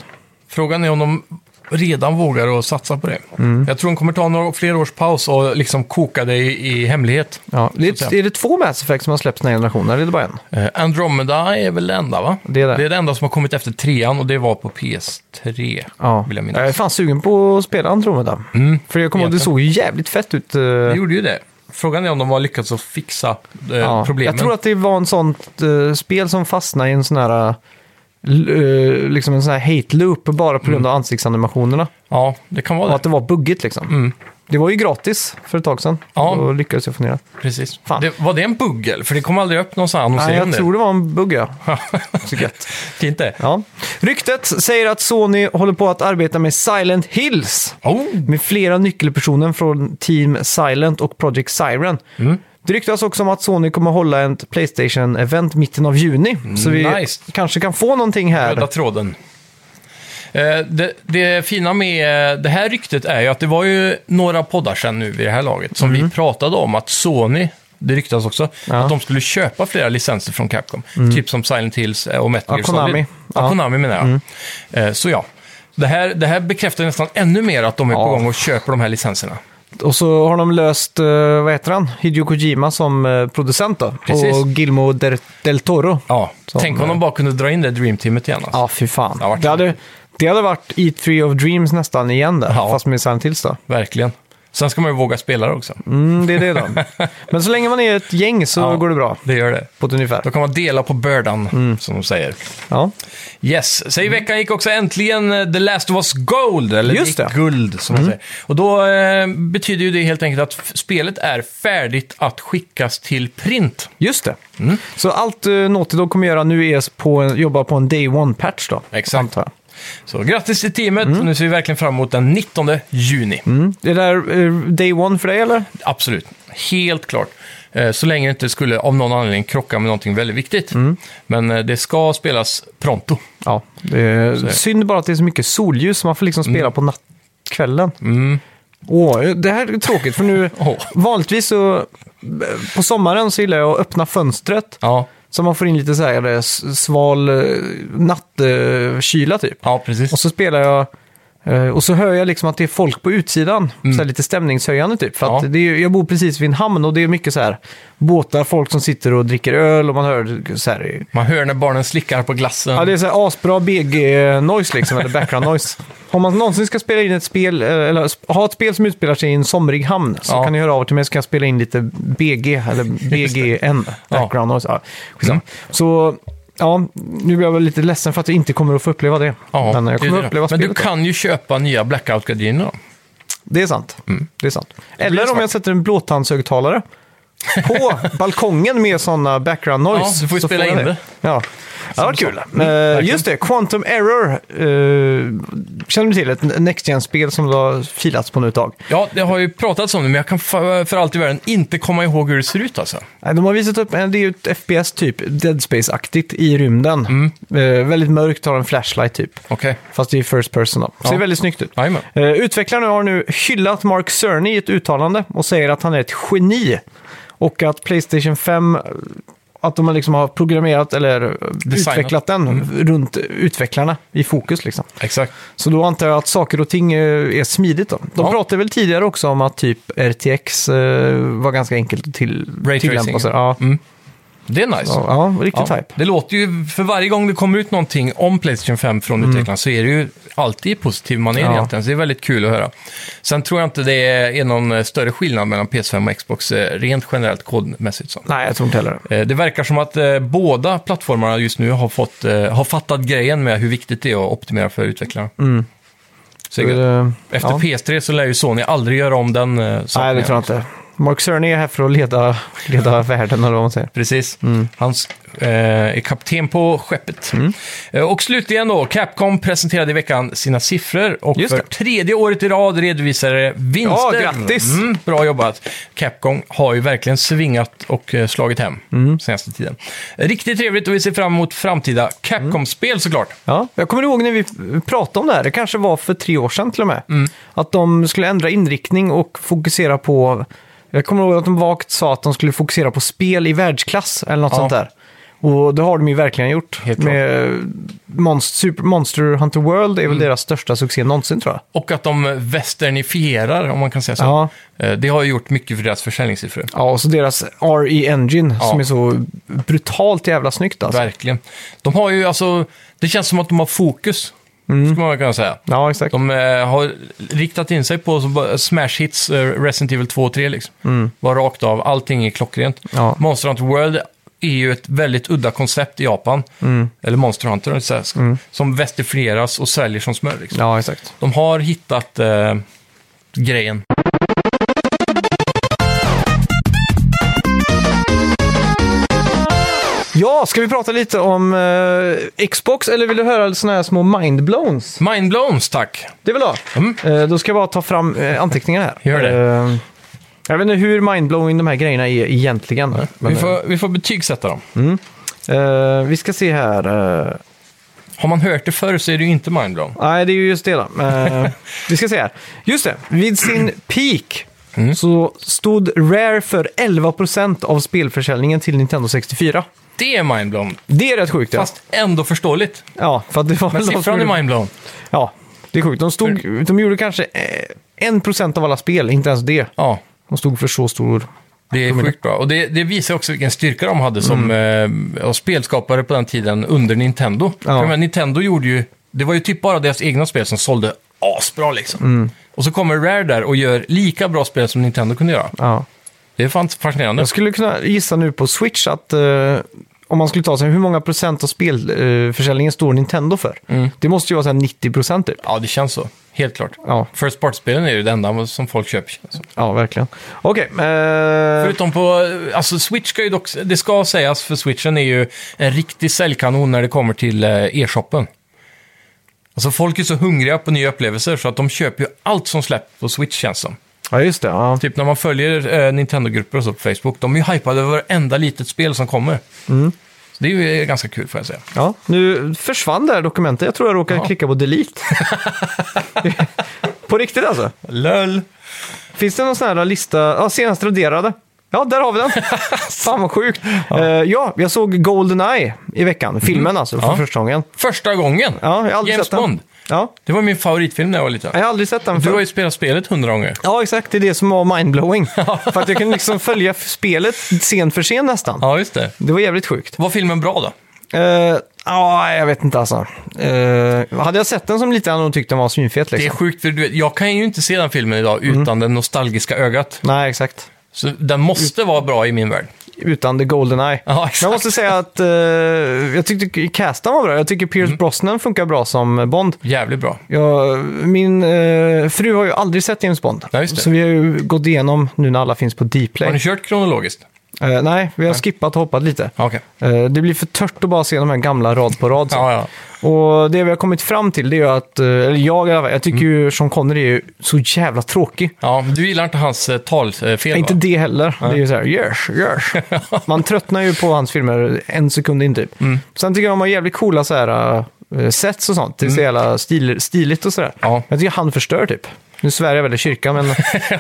Speaker 2: Frågan är om de redan vågar att satsa på det.
Speaker 3: Mm.
Speaker 2: Jag tror de kommer ta några fler års paus och liksom koka det i, i hemlighet.
Speaker 3: Ja, det
Speaker 2: Så att
Speaker 3: är,
Speaker 2: säga.
Speaker 3: är det två Mass Effect som har släppts den här generationen, eller är det bara en?
Speaker 2: Eh, Andromeda är väl det enda va?
Speaker 3: Det är det.
Speaker 2: enda som har kommit efter trean och det var på PS3.
Speaker 3: Ja.
Speaker 2: Vill jag minnas. Mm.
Speaker 3: jag är fan sugen på att spela Andromeda. För jag kommer ihåg, det
Speaker 2: Egentligen.
Speaker 3: såg ju jävligt fett ut. eh,
Speaker 2: Det gjorde ju det. Frågan är om de har lyckats att fixa eh,
Speaker 3: ja.
Speaker 2: problemen.
Speaker 3: Jag tror att det var en sånt eh, spel som fastnade i en sån här, eh, l- eh, liksom en sån här hate loop bara på grund
Speaker 2: Mm.
Speaker 3: av ansiktsanimationerna.
Speaker 2: Ja, det kan vara
Speaker 3: Och
Speaker 2: det.
Speaker 3: att det var buggigt liksom. Det var ju gratis för ett tag sedan.
Speaker 2: Mm. Ja.
Speaker 3: Då lyckades jag få ner det.
Speaker 2: Precis.
Speaker 3: Fan.
Speaker 2: Det, var det en buggel? För det kom aldrig upp någon sån här annonsering
Speaker 3: Nej,
Speaker 2: om
Speaker 3: jag
Speaker 2: det.
Speaker 3: tror det var en bugg ja. Så gött.
Speaker 2: Fint det.
Speaker 3: ja. Ryktet säger att Sony håller på att arbeta med Silent Hills.
Speaker 2: Oh, Mm.
Speaker 3: Med flera nyckelpersoner från Team Silent och Project Siren. Det ryktas också om att Sony kommer hålla ett Playstation-event mitten av juni. Så vi
Speaker 2: Mm, Nice.
Speaker 3: kanske kan få någonting
Speaker 2: Röda
Speaker 3: här.
Speaker 2: tråden. Eh, Det, det fina med eh, det här ryktet är ju att det var ju några poddar sedan nu vid det här laget som vi pratade om att Sony, det ryktas också,
Speaker 3: Mm. Ja.
Speaker 2: att de skulle köpa flera licenser från Capcom. Typ som Silent Hills eh, och Metal
Speaker 3: Ja,
Speaker 2: Gear
Speaker 3: Konami.
Speaker 2: Solid. Ja,
Speaker 3: Ja. Mm.
Speaker 2: Konami menar jag. Eh, Så ja, det här, det här bekräftar nästan ännu mer att de är på
Speaker 3: Ja.
Speaker 2: gång och köper de här licenserna.
Speaker 3: Och så har de löst, eh, vad heter han, Hideo Kojima som eh, producent då.
Speaker 2: Precis.
Speaker 3: Och Gilmo del, del Toro.
Speaker 2: Ja,
Speaker 3: Som, eh,
Speaker 2: tänk om de bara kunde dra in det Dream-teamet igen. Alltså.
Speaker 3: Ja, fy fan.
Speaker 2: Det har varit-
Speaker 3: Det hade, det hade varit E3 of Dreams nästan igen där,
Speaker 2: Ja.
Speaker 3: fast med Silent Hills då.
Speaker 2: Verkligen. Sen ska man ju våga spela det också.
Speaker 3: Mm, det är det då. Men så länge man är ett gäng så
Speaker 2: Ja.
Speaker 3: går det bra,
Speaker 2: Det gör det.
Speaker 3: på ett ungefär.
Speaker 2: Då kan man dela på bördan,
Speaker 3: Mm.
Speaker 2: som de säger.
Speaker 3: Ja.
Speaker 2: Yes, så i veckan gick också äntligen eh, The Last of Us Gold, eller
Speaker 3: Just
Speaker 2: gick
Speaker 3: det. Mm.
Speaker 2: Guld som man säger. Och då eh, betyder ju det helt enkelt att f- spelet är färdigt att skickas till print.
Speaker 3: Just det.
Speaker 2: Mm.
Speaker 3: Så allt uh, Naughty Dog kommer göra nu är på en, jobba på en Day One-patch då.
Speaker 2: Exakt.
Speaker 3: antar jag.
Speaker 2: Så grattis till teamet, nu ser vi verkligen fram emot den 19 juni.
Speaker 3: Mm. Är det där eh, Day One för dig eller?
Speaker 2: Absolut, helt klart. Eh, Så länge det inte skulle av någon anledning krocka med någonting väldigt viktigt.
Speaker 3: Mm.
Speaker 2: Men eh, det ska spelas pronto.
Speaker 3: Ja. synd bara att det är så mycket solljus så man får liksom spela på nattkvällen. Åh, det här är tråkigt för nu...
Speaker 2: Åh.
Speaker 3: Vanligtvis så... eh, På sommaren så gillar jag att öppna fönstret.
Speaker 2: Ja,
Speaker 3: Så man får in lite så här eh, s- sval eh, nattkyla typ.
Speaker 2: ja precis.
Speaker 3: Och så spelar jag... eh, Och så hör jag liksom att det är folk på utsidan. Så här lite stämningshöjande typ. För att
Speaker 2: Ja.
Speaker 3: det är, ju- jag bor precis vid en hamn och det är mycket så här båtar, folk som sitter och dricker öl och man hör så här...
Speaker 2: Man hör när barnen slickar på glassen.
Speaker 3: Ja, det är så här asbra BG-noise liksom, eller background noise. Om man någonsin ska spela in ett spel, eh, eller sp- ha ett spel som utspelar sig i en somrig hamn, så
Speaker 2: Ja.
Speaker 3: kan ni höra av er till mig så kan jag spela in lite BG, eller BGN, background noise. Ja, skitsamma.
Speaker 2: Mm.
Speaker 3: Så, ja, nu blir jag väl lite ledsen för att jag inte kommer att få uppleva det.
Speaker 2: Ja,
Speaker 3: Men jag
Speaker 2: det är
Speaker 3: kommer
Speaker 2: det.
Speaker 3: uppleva
Speaker 2: Men
Speaker 3: spelet.
Speaker 2: du kan ju köpa nya blackout-gardiner då.
Speaker 3: Det är sant. Det är sant. Eller om
Speaker 2: Mm. svart.
Speaker 3: jag sätter en blåtandshögtalare på balkongen med sådana background noise.
Speaker 2: Ja, du får ju spela
Speaker 3: jag
Speaker 2: in det. Mm,
Speaker 3: Ja, det var kul. Eh, just det, Quantum Error. eh, känner du till ett Next Gen-spel som det har filats på nu ett tag?
Speaker 2: Ja, det har ju pratats om det, men jag kan fa- för allt i världen inte komma ihåg hur det ser ut alltså.
Speaker 3: Nej, De har visat upp, eh, det är ju ett FPS typ, Dead Space-aktigt i rymden.
Speaker 2: Mm.
Speaker 3: Eh, väldigt mörkt, har en flashlight typ.
Speaker 2: Okej.
Speaker 3: Fast det är first person då. Ser
Speaker 2: Ja.
Speaker 3: väldigt snyggt ut.
Speaker 2: Jajamän.
Speaker 3: Eh, Utvecklaren har nu hyllat Mark Cerny i ett uttalande och säger att han är ett geni. Och att Playstation 5, eh, att de har liksom har programmerat eller eh,
Speaker 2: Designat. Mm.
Speaker 3: utvecklat den runt utvecklarna i fokus. Liksom.
Speaker 2: Exakt.
Speaker 3: Så då antar jag att saker och ting eh, är smidigt. Då. De
Speaker 2: Ja.
Speaker 3: pratade väl tidigare också om att typ RTX eh, var ganska enkelt att till,
Speaker 2: Ray
Speaker 3: tillämpa. och
Speaker 2: tracing.
Speaker 3: så. Ja.
Speaker 2: Det är nice.
Speaker 3: Ja, ja, riktigt
Speaker 2: Ja,
Speaker 3: hype.
Speaker 2: det låter ju, för varje gång det kommer ut någonting om Playstation 5 från utvecklarna så är det ju alltid i positiv manér
Speaker 3: Mm. Ja.
Speaker 2: egentligen, så det är väldigt kul att höra. Sen tror jag inte det är någon eh, större skillnad mellan PS5 och Xbox eh, rent generellt kodmässigt. Så.
Speaker 3: Nej, jag tror inte heller det.
Speaker 2: Eh, Det verkar som att eh, båda plattformarna just nu har, fått, eh, har fattat grejen med hur viktigt det är att optimera för utvecklarna. Så det är gött.
Speaker 3: Mm. Eh,
Speaker 2: Efter
Speaker 3: ja.
Speaker 2: PS3 så lär ju Sony aldrig göra om den eh, saken.
Speaker 3: Nej, det
Speaker 2: igen.
Speaker 3: tror jag inte. Mark Cerny är här för att leda, leda världen, eller vad man säger.
Speaker 2: Precis.
Speaker 3: Mm.
Speaker 2: Han eh, är kapten på skeppet. Eh, och slutligen då, Capcom presenterade i veckan sina siffror och
Speaker 3: Just
Speaker 2: för
Speaker 3: det.
Speaker 2: tredje året i rad redovisade vinster.
Speaker 3: Ja, grattis!
Speaker 2: Mm, bra jobbat! Capcom har ju verkligen svingat och eh, slagit hem
Speaker 3: Mm.
Speaker 2: senaste tiden. Riktigt trevligt och vi ser fram emot framtida
Speaker 3: Mm.
Speaker 2: Capcom-spel såklart.
Speaker 3: Ja, jag kommer ihåg när vi pratade om det här, det kanske var för tre år sedan till och med, att de skulle ändra inriktning och fokusera på, jag kommer ihåg att de vagt sa att de skulle fokusera på spel i världsklass eller något
Speaker 2: Ja.
Speaker 3: sånt där. Och det har de ju verkligen gjort.
Speaker 2: Helt klart.
Speaker 3: med Monst- Super Monster Hunter World är väl deras största succé någonsin tror jag.
Speaker 2: Och att de västernifierar, om man kan säga så.
Speaker 3: Ja.
Speaker 2: Eh, Det har ju gjort mycket för deras försäljningssiffror.
Speaker 3: Ja, och så deras RE Engine
Speaker 2: Ja.
Speaker 3: som är så brutalt jävla snyggt alltså.
Speaker 2: Verkligen. De har ju alltså, det känns som att de har fokus,
Speaker 3: Mm.
Speaker 2: skulle man kunna säga.
Speaker 3: Ja, exakt.
Speaker 2: De eh, har riktat in sig på som bara smash hits, eh, Resident Evil 2 och 3 liksom. Var rakt av, allting är klockrent.
Speaker 3: Mm. Ja.
Speaker 2: Monster Hunter World är ju ett väldigt udda koncept i Japan.
Speaker 3: Mm.
Speaker 2: Eller Monster Hunter, så här, som västerfieras och säljer som smör. Liksom.
Speaker 3: Ja, exakt.
Speaker 2: De har hittat eh, grejen.
Speaker 3: Ja, ska vi prata lite om eh, Xbox eller vill du höra såna här små mindblowns?
Speaker 2: Mindblowns, tack!
Speaker 3: Det vill jag ha.
Speaker 2: Mm.
Speaker 3: Eh, Då ska jag bara ta fram eh, anteckningar här.
Speaker 2: Gör det.
Speaker 3: Eh, Jag vet inte hur mindblowing de här grejerna är egentligen. Men,
Speaker 2: Vi får, vi får betygsätta dem.
Speaker 3: eh, vi ska se här. eh,
Speaker 2: Har man hört det förr så är det ju inte mindblown.
Speaker 3: Nej, det är ju just det. Då. Eh, vi ska se här. Just det, vid sin peak
Speaker 2: Mm.
Speaker 3: så stod Rare för 11% av spelförsäljningen till Nintendo 64.
Speaker 2: Det är mindblown.
Speaker 3: Det är rätt sjukt. ja.
Speaker 2: Fast ändå förståeligt.
Speaker 3: Ja, för att det var
Speaker 2: Men
Speaker 3: någon som
Speaker 2: siffran
Speaker 3: gjorde-
Speaker 2: är mindblown.
Speaker 3: Ja, det är sjukt. De, stod, de gjorde kanske eh, 1% av alla spel, inte ens det.
Speaker 2: Ja,
Speaker 3: De stod för så stor...
Speaker 2: det är sjukt bra. Och det, det visar också vilken styrka de hade som eh, och spelskapare på den tiden under Nintendo. För jag menar, Nintendo gjorde ju... Det var ju typ bara deras egna spel som sålde asbra liksom. Och så kommer Rare där och gör lika bra spel som Nintendo kunde göra.
Speaker 3: Ja.
Speaker 2: Det är fan fascinerande.
Speaker 3: Jag skulle kunna gissa nu på Switch att eh, om man skulle ta sig hur många procent av spelförsäljningen eh, försäljningen står Nintendo för? Det måste ju vara så här 90 procent typ.
Speaker 2: Ja, det känns så. Helt klart.
Speaker 3: Ja.
Speaker 2: First Part-spelen är ju det enda som folk köper. känns det som.
Speaker 3: Ja, verkligen. Okej, eh,
Speaker 2: Förutom på, alltså Switch ska ju dock, det ska sägas för Switchen är ju en riktig säljkanon när det kommer till eh, e-shoppen. Alltså folk är så hungriga på nya upplevelser så att de köper ju allt som släpps på Switch känns som.
Speaker 3: ja just det. Ja.
Speaker 2: Typ när man följer eh, Nintendo-grupper och så på Facebook, de är ju hypade över varenda litet spel som kommer. Så det är ju eh, ganska kul får jag säga.
Speaker 3: Ja, nu försvann det här dokumentet. Jag tror jag råkade
Speaker 2: Ja.
Speaker 3: klicka på delete. på riktigt alltså.
Speaker 2: LÖL!
Speaker 3: Finns det någon sån här lista? Ja, senast raderade. Ja, där har vi den. Fan vad sjukt. Ja. ja, jag såg Goldeneye i veckan. Filmen alltså, för
Speaker 2: Mhm. Ja.
Speaker 3: första gången.
Speaker 2: Första gången!
Speaker 3: Ja, jag har aldrig
Speaker 2: James
Speaker 3: sett den.
Speaker 2: Bond!
Speaker 3: Ja,
Speaker 2: Det var min favoritfilm när jag var liten.
Speaker 3: jag har aldrig sett den
Speaker 2: Du har
Speaker 3: förr.
Speaker 2: ju spelat spelet hundra gånger.
Speaker 3: Ja, exakt. Det är det som var mindblowing. för att jag kunde liksom följa f- spelet scen för scen nästan.
Speaker 2: Ja, just det.
Speaker 3: Det var jävligt sjukt.
Speaker 2: Var filmen bra då?
Speaker 3: Eh, Ja, jag vet inte alltså. Eh, hade jag sett den som liten hade jag nog tyckt den var svinfet
Speaker 2: Det är
Speaker 3: liksom. Mm.
Speaker 2: sjukt, för du vet, jag kan ju inte se den filmen idag utan det nostalgiska ögat.
Speaker 3: Nej, exakt.
Speaker 2: Så den måste vara bra i min värld.
Speaker 3: Utan The Goldeneye.
Speaker 2: Ja,
Speaker 3: Men Jag
Speaker 2: exakt.
Speaker 3: måste säga att eh, jag tyckte casten var bra. Jag tycker Pierce
Speaker 2: Mm.
Speaker 3: Brosnan funkar bra som Bond.
Speaker 2: Jävligt bra.
Speaker 3: Jag, min eh, fru har ju aldrig sett James Bond.
Speaker 2: Ja, just det.
Speaker 3: så vi har ju gått igenom nu när alla finns på
Speaker 2: Har ni
Speaker 3: Dplay.
Speaker 2: kört kronologiskt?
Speaker 3: Eh, nej, vi har skippat och hoppat lite.
Speaker 2: Ja, Okej.
Speaker 3: Eh, det blir för tört att bara se de här gamla rad på rad. så.
Speaker 2: Ja, ja.
Speaker 3: Och det vi har kommit fram till det är ju att, eh, eller jag i alla fall, jag
Speaker 2: Mm.
Speaker 3: tycker ju Sean Connery är ju så jävla tråkig.
Speaker 2: ja, men du gillar inte hans eh, talfel?
Speaker 3: Inte det heller. Det är ju så här, yes, yes. Man tröttnar ju på hans filmer en sekund in typ.
Speaker 2: Mm.
Speaker 3: Sen tycker jag de har jävligt coola så här, eh, sets och sånt. Det är så jävla stil, stiligt och sådär.
Speaker 2: Mm. Ja.
Speaker 3: Jag tycker han förstör typ. Nu svär jag väl i kyrkan, men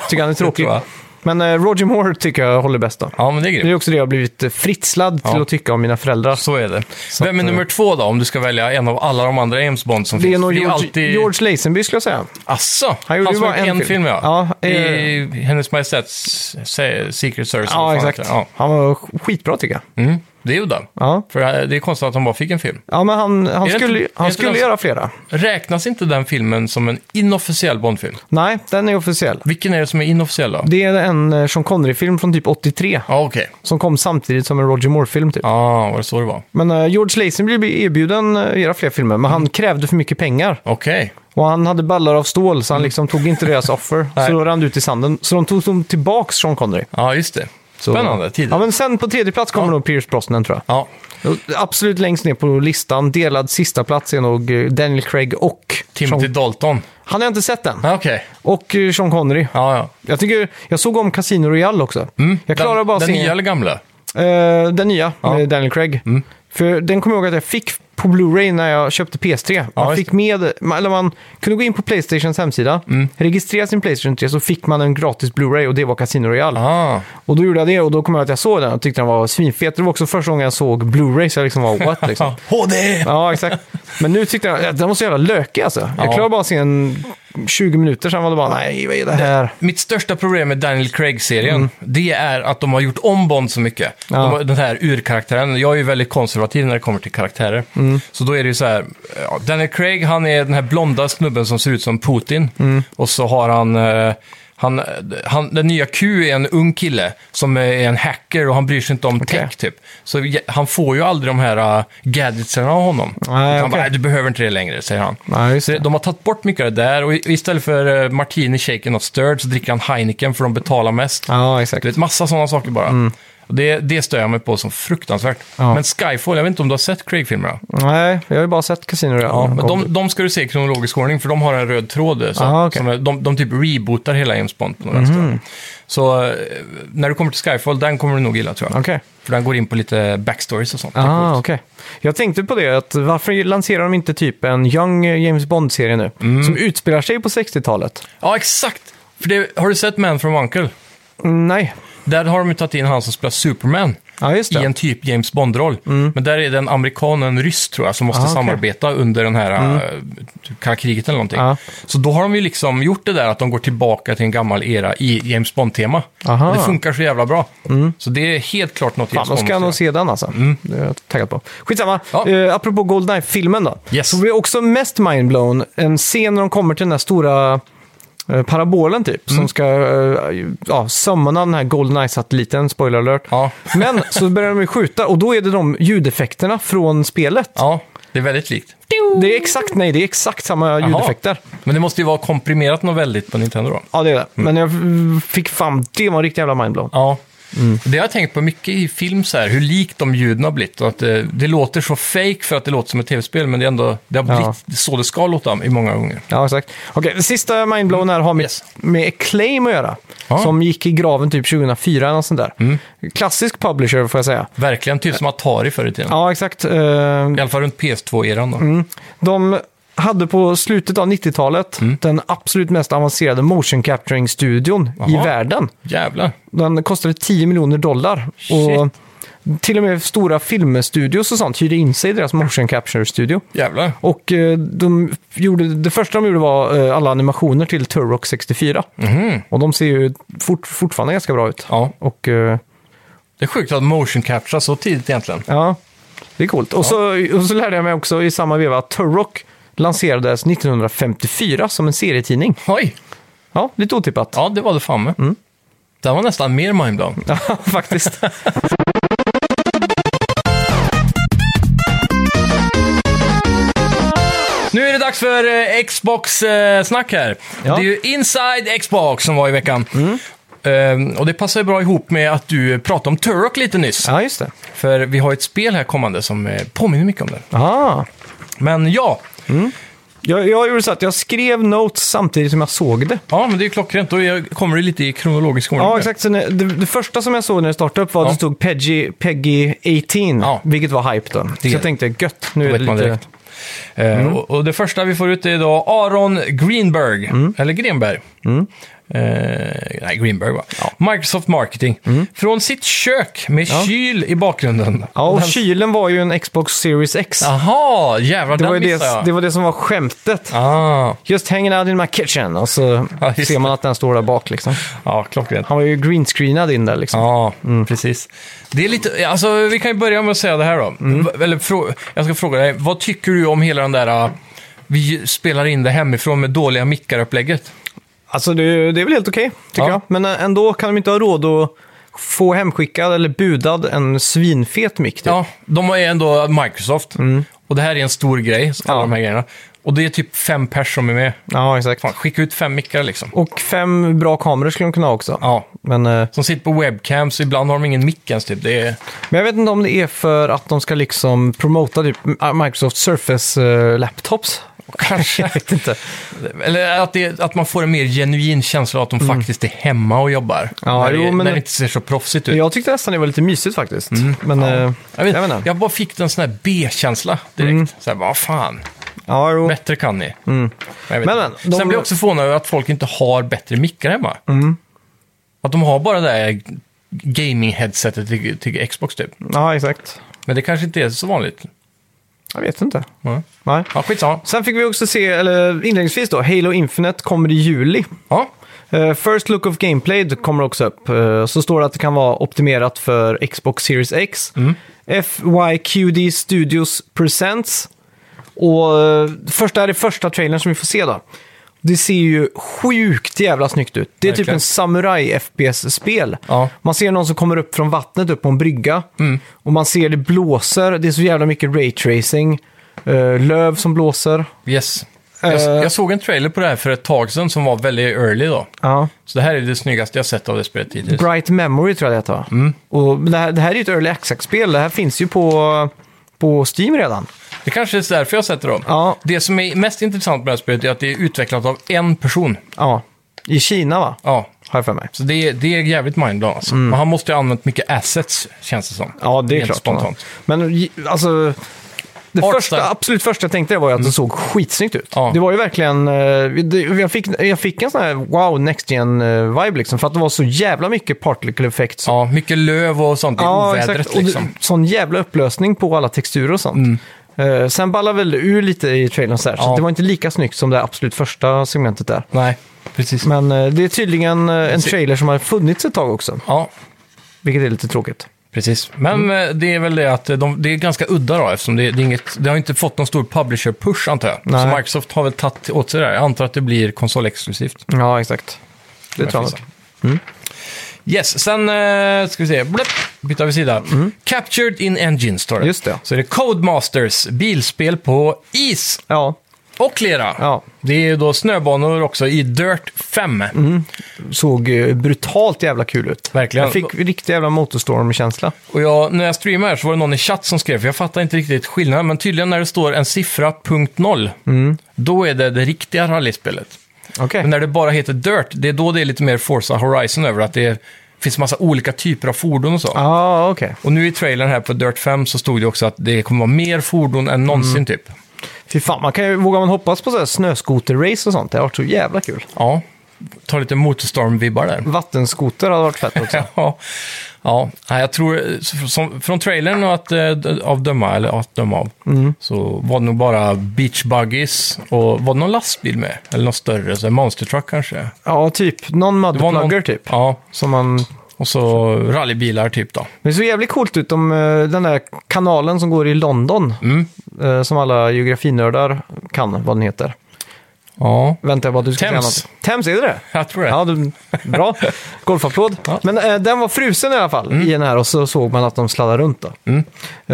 Speaker 3: tycker han är tråkig.
Speaker 2: tror jag.
Speaker 3: Men eh, Roger Moore tycker jag håller bäst då.
Speaker 2: Ja, men det är
Speaker 3: Det är
Speaker 2: grymt.
Speaker 3: också det jag har blivit eh, fritslad till
Speaker 2: Ja.
Speaker 3: att tycka om mina föräldrar.
Speaker 2: Så är det. Vem är
Speaker 3: att, eh,
Speaker 2: nummer två då, om du ska välja en av alla de andra James Bond som
Speaker 3: Det är
Speaker 2: finns?
Speaker 3: nog
Speaker 2: ju
Speaker 3: George,
Speaker 2: alltid...
Speaker 3: George Lazenby skulle jag säga.
Speaker 2: Asså?
Speaker 3: Han
Speaker 2: Han,
Speaker 3: gjorde ju
Speaker 2: som
Speaker 3: bara
Speaker 2: har gjort
Speaker 3: en
Speaker 2: en,
Speaker 3: film.
Speaker 2: film, ja.
Speaker 3: Ja, eh,
Speaker 2: I Hennes Majestäts eh, se- Secret Service.
Speaker 3: Ja,
Speaker 2: eller vad fan
Speaker 3: exakt.
Speaker 2: heter det.
Speaker 3: Han var skitbra tycker jag.
Speaker 2: Ja. Mm. Det är ju udda.
Speaker 3: Ja.
Speaker 2: För eh, det är konstigt att de bara fick en film.
Speaker 3: Ja, men han, han
Speaker 2: Är det
Speaker 3: skulle,
Speaker 2: inte- är
Speaker 3: han
Speaker 2: inte
Speaker 3: skulle
Speaker 2: den-
Speaker 3: göra flera.
Speaker 2: Räknas inte den filmen som en inofficiell Bondfilm?
Speaker 3: Nej, den är officiell.
Speaker 2: Vilken är det som är inofficiell då?
Speaker 3: Det är en eh, Sean Connery-film från typ 83.
Speaker 2: Ja, okej.
Speaker 3: Som kom samtidigt som en Roger Moore-film typ.
Speaker 2: Ja, ah, var det så det var?
Speaker 3: Men eh, George Lazenby blev erbjuden eh, göra fler filmer, men
Speaker 2: Mm.
Speaker 3: han krävde för mycket pengar.
Speaker 2: Okej.
Speaker 3: Och han hade ballar av stål, så han liksom tog inte deras offer.
Speaker 2: Mm. Nej.
Speaker 3: så då rann det ut i sanden. Så de tog dem tillbaks Sean Connery.
Speaker 2: Ja, just det.
Speaker 3: Så...
Speaker 2: Spännande. Tidigt.
Speaker 3: Ja,
Speaker 2: Ja,
Speaker 3: men sen på tredje plats kommer nog Pierce Brosnan tror jag. Och Absolut längst ner på listan, delad sista plats är nog eh, Daniel Craig och...
Speaker 2: Timothy
Speaker 3: Sean...
Speaker 2: Dalton.
Speaker 3: Han har jag inte sett än.
Speaker 2: Ja, Okej.
Speaker 3: Och eh, Sean Connery.
Speaker 2: Ja, ja.
Speaker 3: Jag, tycker, jag såg om Casino Royale också. Jag klarar
Speaker 2: den,
Speaker 3: bara att
Speaker 2: Den
Speaker 3: se...
Speaker 2: nya eller gamla?
Speaker 3: Eh, den nya med Daniel Craig.
Speaker 2: Mm.
Speaker 3: För den kommer jag ihåg att jag fick på Blu-ray när jag köpte PS3. Man,
Speaker 2: Ja, just
Speaker 3: fick med, man, eller man kunde gå in på Playstations hemsida,
Speaker 2: Mm.
Speaker 3: registrera sin Playstation 3 så fick man en gratis Blu-ray och det var Casino Royale.
Speaker 2: Ah.
Speaker 3: Och då gjorde jag det och då kom jag ihåg att jag såg den och tyckte den var svinfet. Det var också första gången jag såg Blu-ray så jag liksom var what liksom.
Speaker 2: Ja. HD!
Speaker 3: ja, exakt. Men nu tyckte jag att den var så jävla lökig alltså. Jag
Speaker 2: Ja.
Speaker 3: klarade bara att se en 20 minuter sen var det bara nej, vad är det här?
Speaker 2: Mitt största problem med Daniel Craig-serien, det är att de har gjort om Bond så mycket.
Speaker 3: Mm. Ja.
Speaker 2: De har- den här urkaraktären. Jag är ju väldigt konservativ när det kommer till karaktärer.
Speaker 3: Mm.
Speaker 2: Så då är det ju så här, ja, Daniel Craig, han är den här blonda snubben som ser ut som Putin.
Speaker 3: Mm.
Speaker 2: Och så har han, eh, han, han, den nya Q är en ung kille som är en hacker och han bryr sig inte om tech typ. Så ja, han får ju aldrig de här uh, gadgetsen av honom.
Speaker 3: Nej,
Speaker 2: Utan han
Speaker 3: okej.
Speaker 2: bara, "Nej, du behöver inte det längre, säger han.
Speaker 3: Nej, just
Speaker 2: Så
Speaker 3: det.
Speaker 2: Eh, de har tagit bort mycket av det där och i- istället för eh, martini shaken och stirred så dricker han Heineken för de betalar mest.
Speaker 3: Ja,
Speaker 2: Du
Speaker 3: exakt.
Speaker 2: vet, massa sådana saker bara. Och Det, det stör jag mig på som fruktansvärt.
Speaker 3: Ja.
Speaker 2: Men Skyfall, jag vet inte om du har sett Craig-filmerna?
Speaker 3: Nej, jag har ju bara sett Casino Royale.
Speaker 2: Ja, men de, de ska du se i kronologisk ordning, för de har en röd tråd. eh, Så,
Speaker 3: Ah, okej. Mhm.
Speaker 2: som är- de, de typ rebootar hela James Bond på något vänster. Så eh, när du kommer till Skyfall, den kommer du nog gilla tror jag.
Speaker 3: Okej.
Speaker 2: För den går in på lite backstories och sånt. Det är
Speaker 3: Ah,
Speaker 2: coolt.
Speaker 3: okej. Jag tänkte på det, att varför lanserar de inte typ en Young James Bond-serie nu?
Speaker 2: Mm.
Speaker 3: Som utspelar sig på 60-talet?
Speaker 2: Ja, exakt! För det, har du sett Man from Uncle?
Speaker 3: Mm, Nej.
Speaker 2: Där har de ju tagit in han som spelar Superman.
Speaker 3: Ja, just det.
Speaker 2: i en typ James Bond-roll. Men där är det en amerikan och en ryss tror jag som måste
Speaker 3: Ah, okej.
Speaker 2: samarbeta under den här mm. typ, kalla kriget eller någonting.
Speaker 3: Ja.
Speaker 2: Så då har de ju liksom gjort det där att de går tillbaka till en gammal era i James Bond-tema.
Speaker 3: Aha. Mm.
Speaker 2: Och Det funkar så jävla bra. Så det är helt klart något
Speaker 3: Fan,
Speaker 2: James
Speaker 3: då
Speaker 2: Bond
Speaker 3: ska jag nog
Speaker 2: måste
Speaker 3: se den alltså. Det är jag taggad på. Skitsamma.
Speaker 2: Ja.
Speaker 3: Eh, apropå Goldeneye-filmen då.
Speaker 2: Yes.
Speaker 3: Så blir jag också mest mindblown en scen när de kommer till den här stora eh, parabolen typ.
Speaker 2: Mm.
Speaker 3: Som ska eh, ja, summona den här Goldeneye-satelliten, spoiler alert.
Speaker 2: Ja.
Speaker 3: Men så börjar de ju skjuta och då är det de ljudeffekterna från spelet.
Speaker 2: Ja, det är väldigt likt.
Speaker 3: Det är exakt, nej, det är exakt samma ljudeffekter.
Speaker 2: Men det måste ju vara komprimerat något väldigt på Nintendo då.
Speaker 3: Ja, det är det.
Speaker 2: Mm.
Speaker 3: Men jag f- fick fram, det var riktigt jävla mindblown.
Speaker 2: Ja.
Speaker 3: Mm.
Speaker 2: Det har jag tänkt på mycket i film, så här, hur likt de ljuden har blivit. Och att det, det låter så fake för att det låter som ett tv-spel, men det, är ändå, det har
Speaker 3: Ja.
Speaker 2: blivit så det ska låta i många gånger.
Speaker 3: Ja, exakt. Okej, sista mindblown här har med,
Speaker 2: Yes.
Speaker 3: med Acclaim att göra.
Speaker 2: Ja. Mm.
Speaker 3: Som gick i graven typ 2004 eller något sånt där. Klassisk publisher får jag säga.
Speaker 2: Verkligen, typ som Atari förr i tiden.
Speaker 3: Ja, Mm. exakt. Eh,
Speaker 2: I alla fall runt PS2-eran då.
Speaker 3: De hade på slutet av 90-talet
Speaker 2: Mm.
Speaker 3: den absolut mest avancerade motion capturing-studion i
Speaker 2: Jaha.
Speaker 3: världen.
Speaker 2: Jävlar.
Speaker 3: Den kostade 10 miljoner dollar. Och till och med stora filmstudios och sånt hyrde in sig i deras motion capture-studio.
Speaker 2: Jävlar.
Speaker 3: Och eh, de gjorde, det första de gjorde var eh, alla animationer till Turok 64. Och de ser ju fort, fortfarande ganska bra ut.
Speaker 2: Ja,
Speaker 3: Och eh,
Speaker 2: det är sjukt att motion capture så tidigt egentligen.
Speaker 3: ja, det är coolt. Och, så, och så lärde jag mig också i samma veva att Turok lanserades 1954 som en serietidning.
Speaker 2: Oj!
Speaker 3: Ja, lite otippat.
Speaker 2: Ja, det var det fan med.
Speaker 3: Mm.
Speaker 2: Den var nästan mer mindblown.
Speaker 3: Ja, faktiskt.
Speaker 2: Nu är det dags för eh, Xbox-snack här.
Speaker 3: Ja. Mm.
Speaker 2: Det är ju Inside Xbox som var i veckan. Ehm, och det passar ju bra ihop med att du pratade om Turok lite nyss.
Speaker 3: Ja, just det.
Speaker 2: För vi har ett spel här kommande som eh, påminner mycket om det.
Speaker 3: Ah.
Speaker 2: Men ja,
Speaker 3: Jag, jag gjorde så att jag skrev notes samtidigt som jag såg det.
Speaker 2: ja men det är ju klockrent. Då är- kommer det lite i kronologisk ordning.
Speaker 3: Ja,
Speaker 2: där.
Speaker 3: exakt. Så när, det, det första som jag såg när det startade upp var att
Speaker 2: Ja.
Speaker 3: det stod Peggy, Peggy 18,
Speaker 2: Ja,
Speaker 3: vilket var hype då. Så
Speaker 2: är
Speaker 3: jag
Speaker 2: det.
Speaker 3: tänkte, gött,
Speaker 2: Då
Speaker 3: nu är
Speaker 2: vet
Speaker 3: det
Speaker 2: man
Speaker 3: lite... Mm.
Speaker 2: direkt. Eh, och, och det första vi får ut är då Aron Greenberg,
Speaker 3: Mm.
Speaker 2: eller Greenberg. Eh, nej, Greenberg va? Microsoft Marketing. Från sitt kök med kyl i bakgrunden.
Speaker 3: Mm. Ja, och kylen var ju en Xbox Series X.
Speaker 2: Aha, jävlar,
Speaker 3: det,
Speaker 2: den
Speaker 3: var ju
Speaker 2: missade
Speaker 3: det,
Speaker 2: jag.
Speaker 3: det var det som var skämtet.
Speaker 2: Ah,
Speaker 3: Just hanging out in my kitchen. Och så
Speaker 2: Ja, just
Speaker 3: ser man att den står där bak liksom.
Speaker 2: ja, klockrent.
Speaker 3: Han var ju greenscreenad in där liksom.
Speaker 2: Ja, precis. Det är lite, alltså, vi kan ju börja med att säga det här då.
Speaker 3: Mm.
Speaker 2: V- Eller, frå, jag ska fråga dig, vad tycker du om hela den där, äh, vi spelar in det hemifrån med dåliga mickar-upplägget?
Speaker 3: Alltså det, det är väl helt okej, tycker
Speaker 2: Ja.
Speaker 3: jag. Men ä- ändå kan de inte ha råd att få hemskickad eller budad en svinfet mick typ.
Speaker 2: Ja, de är ändå Microsoft. Och det här är en stor grej, alla
Speaker 3: Mm. Ja.
Speaker 2: de här grejerna. Och det är typ fem pers som är med.
Speaker 3: ja, exakt.
Speaker 2: Fan, skicka ut fem mickar liksom.
Speaker 3: Och fem bra kameror skulle de kunna ha också.
Speaker 2: Ja.
Speaker 3: Men, eh,
Speaker 2: Som sitter på webcams, ibland har de ingen mick ens typ. Det är...
Speaker 3: men jag vet inte om det är för att de ska liksom promota typ Microsoft Surface-laptops.
Speaker 2: Kanske.
Speaker 3: jag vet inte.
Speaker 2: Eller att, det, att man får en mer genuin känsla av att de faktiskt är hemma och jobbar.
Speaker 3: Mm. Ja,
Speaker 2: när, det,
Speaker 3: jo, men-
Speaker 2: när det inte ser så proffsigt ut.
Speaker 3: Jag tyckte nästan det var lite mysigt faktiskt. Men eh,
Speaker 2: Jag, vet,
Speaker 3: jag Mm. vet
Speaker 2: jag,
Speaker 3: inte.
Speaker 2: bara fick en sån här B-känsla direkt. Så här, vad fan,
Speaker 3: Ja, jo.
Speaker 2: bättre kan ni. Men, jag vet
Speaker 3: Mm. Men,
Speaker 2: inte.
Speaker 3: men, de- Mm.
Speaker 2: Sen blir jag också förvånad över att folk inte har bättre mickar hemma. Att de har bara det där gaming-headsetet till, till Xbox typ.
Speaker 3: ja, exakt.
Speaker 2: Men det kanske inte är så vanligt.
Speaker 3: Jag vet inte.
Speaker 2: Ja,
Speaker 3: Nej.
Speaker 2: ja skitsamma.
Speaker 3: Sen fick vi också se, eller inledningsvis då, Halo Infinite kommer i juli.
Speaker 2: Ja.
Speaker 3: Eh, first look of gameplay kommer också upp. Eh, så står det att det kan vara optimerat för Xbox Series X.
Speaker 2: Mm.
Speaker 3: FYQD Studios Presents. Och eh, första är det första trailern som vi får se då. Det ser ju sjukt jävla snyggt ut. Det är typ
Speaker 2: Verkligen.
Speaker 3: en samurai-FPS-spel.
Speaker 2: Ja. Mm.
Speaker 3: Man ser någon som kommer upp från vattnet upp på en brygga. Och man ser det Eh, blåser. Det är så jävla mycket raytracing. Uh, löv som blåser.
Speaker 2: Yes. Jag,
Speaker 3: Eh,
Speaker 2: jag såg en trailer på det här för ett tag sedan som var väldigt early då.
Speaker 3: Ja.
Speaker 2: Så det här är det snyggaste jag sett av det spelet hittills.
Speaker 3: Bright Memory tror jag det heter va?
Speaker 2: Mm.
Speaker 3: Och det, här, det här är ju ett Early Access-spel. Det här finns ju på, på Steam redan.
Speaker 2: Det kanske är därför jag har sett det då.
Speaker 3: Ja.
Speaker 2: Det som är mest intressant med det här spelet är att det är utvecklat av en person.
Speaker 3: Ja. I Kina va?
Speaker 2: Ja,
Speaker 3: Har jag för mig.
Speaker 2: så det, är- det är jävligt mindblown alltså. Men han måste ju ha använt mycket assets, känns det som.
Speaker 3: Mm. Ja, det är
Speaker 2: Rent
Speaker 3: klart.
Speaker 2: Spontant.
Speaker 3: Men j- alltså... Det
Speaker 2: Artstyle.
Speaker 3: första, absolut första jag tänkte var ju att det såg skitsnyggt ut.
Speaker 2: Mm. Ja.
Speaker 3: Det var ju verkligen... eh, det- Jag fick, jag fick en sån här wow, next gen-vibe liksom. För att det var så jävla mycket particle effects.
Speaker 2: Ja, mycket löv och sånt i ovädret
Speaker 3: Och det-
Speaker 2: liksom.
Speaker 3: sån jävla upplösning på alla texturer och sånt. Eh, sen ballar väl det ur lite i trailern så, här, så
Speaker 2: Mm. Ja.
Speaker 3: det var inte lika snyggt som det absolut första segmentet där.
Speaker 2: Nej, precis.
Speaker 3: Men eh, det är tydligen eh, en
Speaker 2: Precis.
Speaker 3: trailer som har funnits ett tag också,
Speaker 2: Ja,
Speaker 3: vilket är lite tråkigt.
Speaker 2: precis. Men
Speaker 3: Mm.
Speaker 2: eh, det är väl det att de, det är ganska udda då, eftersom det, det, är inget, det har inte fått någon stor publisher-push antar jag.
Speaker 3: Nej.
Speaker 2: Så Microsoft har väl tagit åt sig det här. Jag antar att det blir konsolexklusivt.
Speaker 3: Ja, exakt. Det tror jag.
Speaker 2: Jag Yes, sen eh, ska vi se. Bläpp, byter vi sida. Captured in Engine står det.
Speaker 3: Mm. Just det.
Speaker 2: Så är det Codemasters, bilspel på is
Speaker 3: Ja,
Speaker 2: och lera.
Speaker 3: Ja.
Speaker 2: Det är ju då snöbanor också i Dirt 5.
Speaker 3: såg eh, brutalt jävla kul ut.
Speaker 2: Verkligen.
Speaker 3: Jag fick riktig jävla Motorstorm-känsla.
Speaker 2: Och jag, när jag streamade här så var det någon i chatt som skrev, för jag fattar inte riktigt skillnaden, men tydligen när det står en siffra punkt noll, då är det det riktiga rallyspelet.
Speaker 3: Okej.
Speaker 2: Men när det bara heter Dirt, det är då det är lite mer Forza Horizon över, att det är, finns massa olika typer av fordon och så.
Speaker 3: Ja, ah, okej.
Speaker 2: Och nu i trailern här på Dirt 5 så stod det också att det kommer vara mer fordon än någonsin typ.
Speaker 3: Fy fan, man kan ju, vågar man hoppas på så här snöskoter-race och sånt? Det har varit så jävla kul.
Speaker 2: Ja, ta lite motorstorm-vibbar där.
Speaker 3: Vattenskoter hade varit fett också.
Speaker 2: Ja, ja, nej, jag tror, eh, som, från trailern och att, eh, d- av döma, eller att döma av,
Speaker 3: Mm.
Speaker 2: så var det nog bara beach buggies och var det någon lastbil med? Eller något större, så här monster truck kanske?
Speaker 3: ja, typ. Någon
Speaker 2: Det var
Speaker 3: mudplugger
Speaker 2: någon,
Speaker 3: typ.
Speaker 2: Ja,
Speaker 3: Som man...
Speaker 2: och så rallybilar typ då.
Speaker 3: Men det såg jävligt coolt ut om eh, den där kanalen som går i London.
Speaker 2: Mm.
Speaker 3: eh, Som alla geografinördar kan, vad den heter.
Speaker 2: Ja,
Speaker 3: Väntar jag bara att du ska
Speaker 2: Thames.
Speaker 3: säga något. Thames, är det det?
Speaker 2: jag tror det.
Speaker 3: Ja, du, bra. Golfapplåd.
Speaker 2: Ja. Mm.
Speaker 3: Men eh, den var frusen i alla fall i den här och så såg man att de sladdade runt. Då.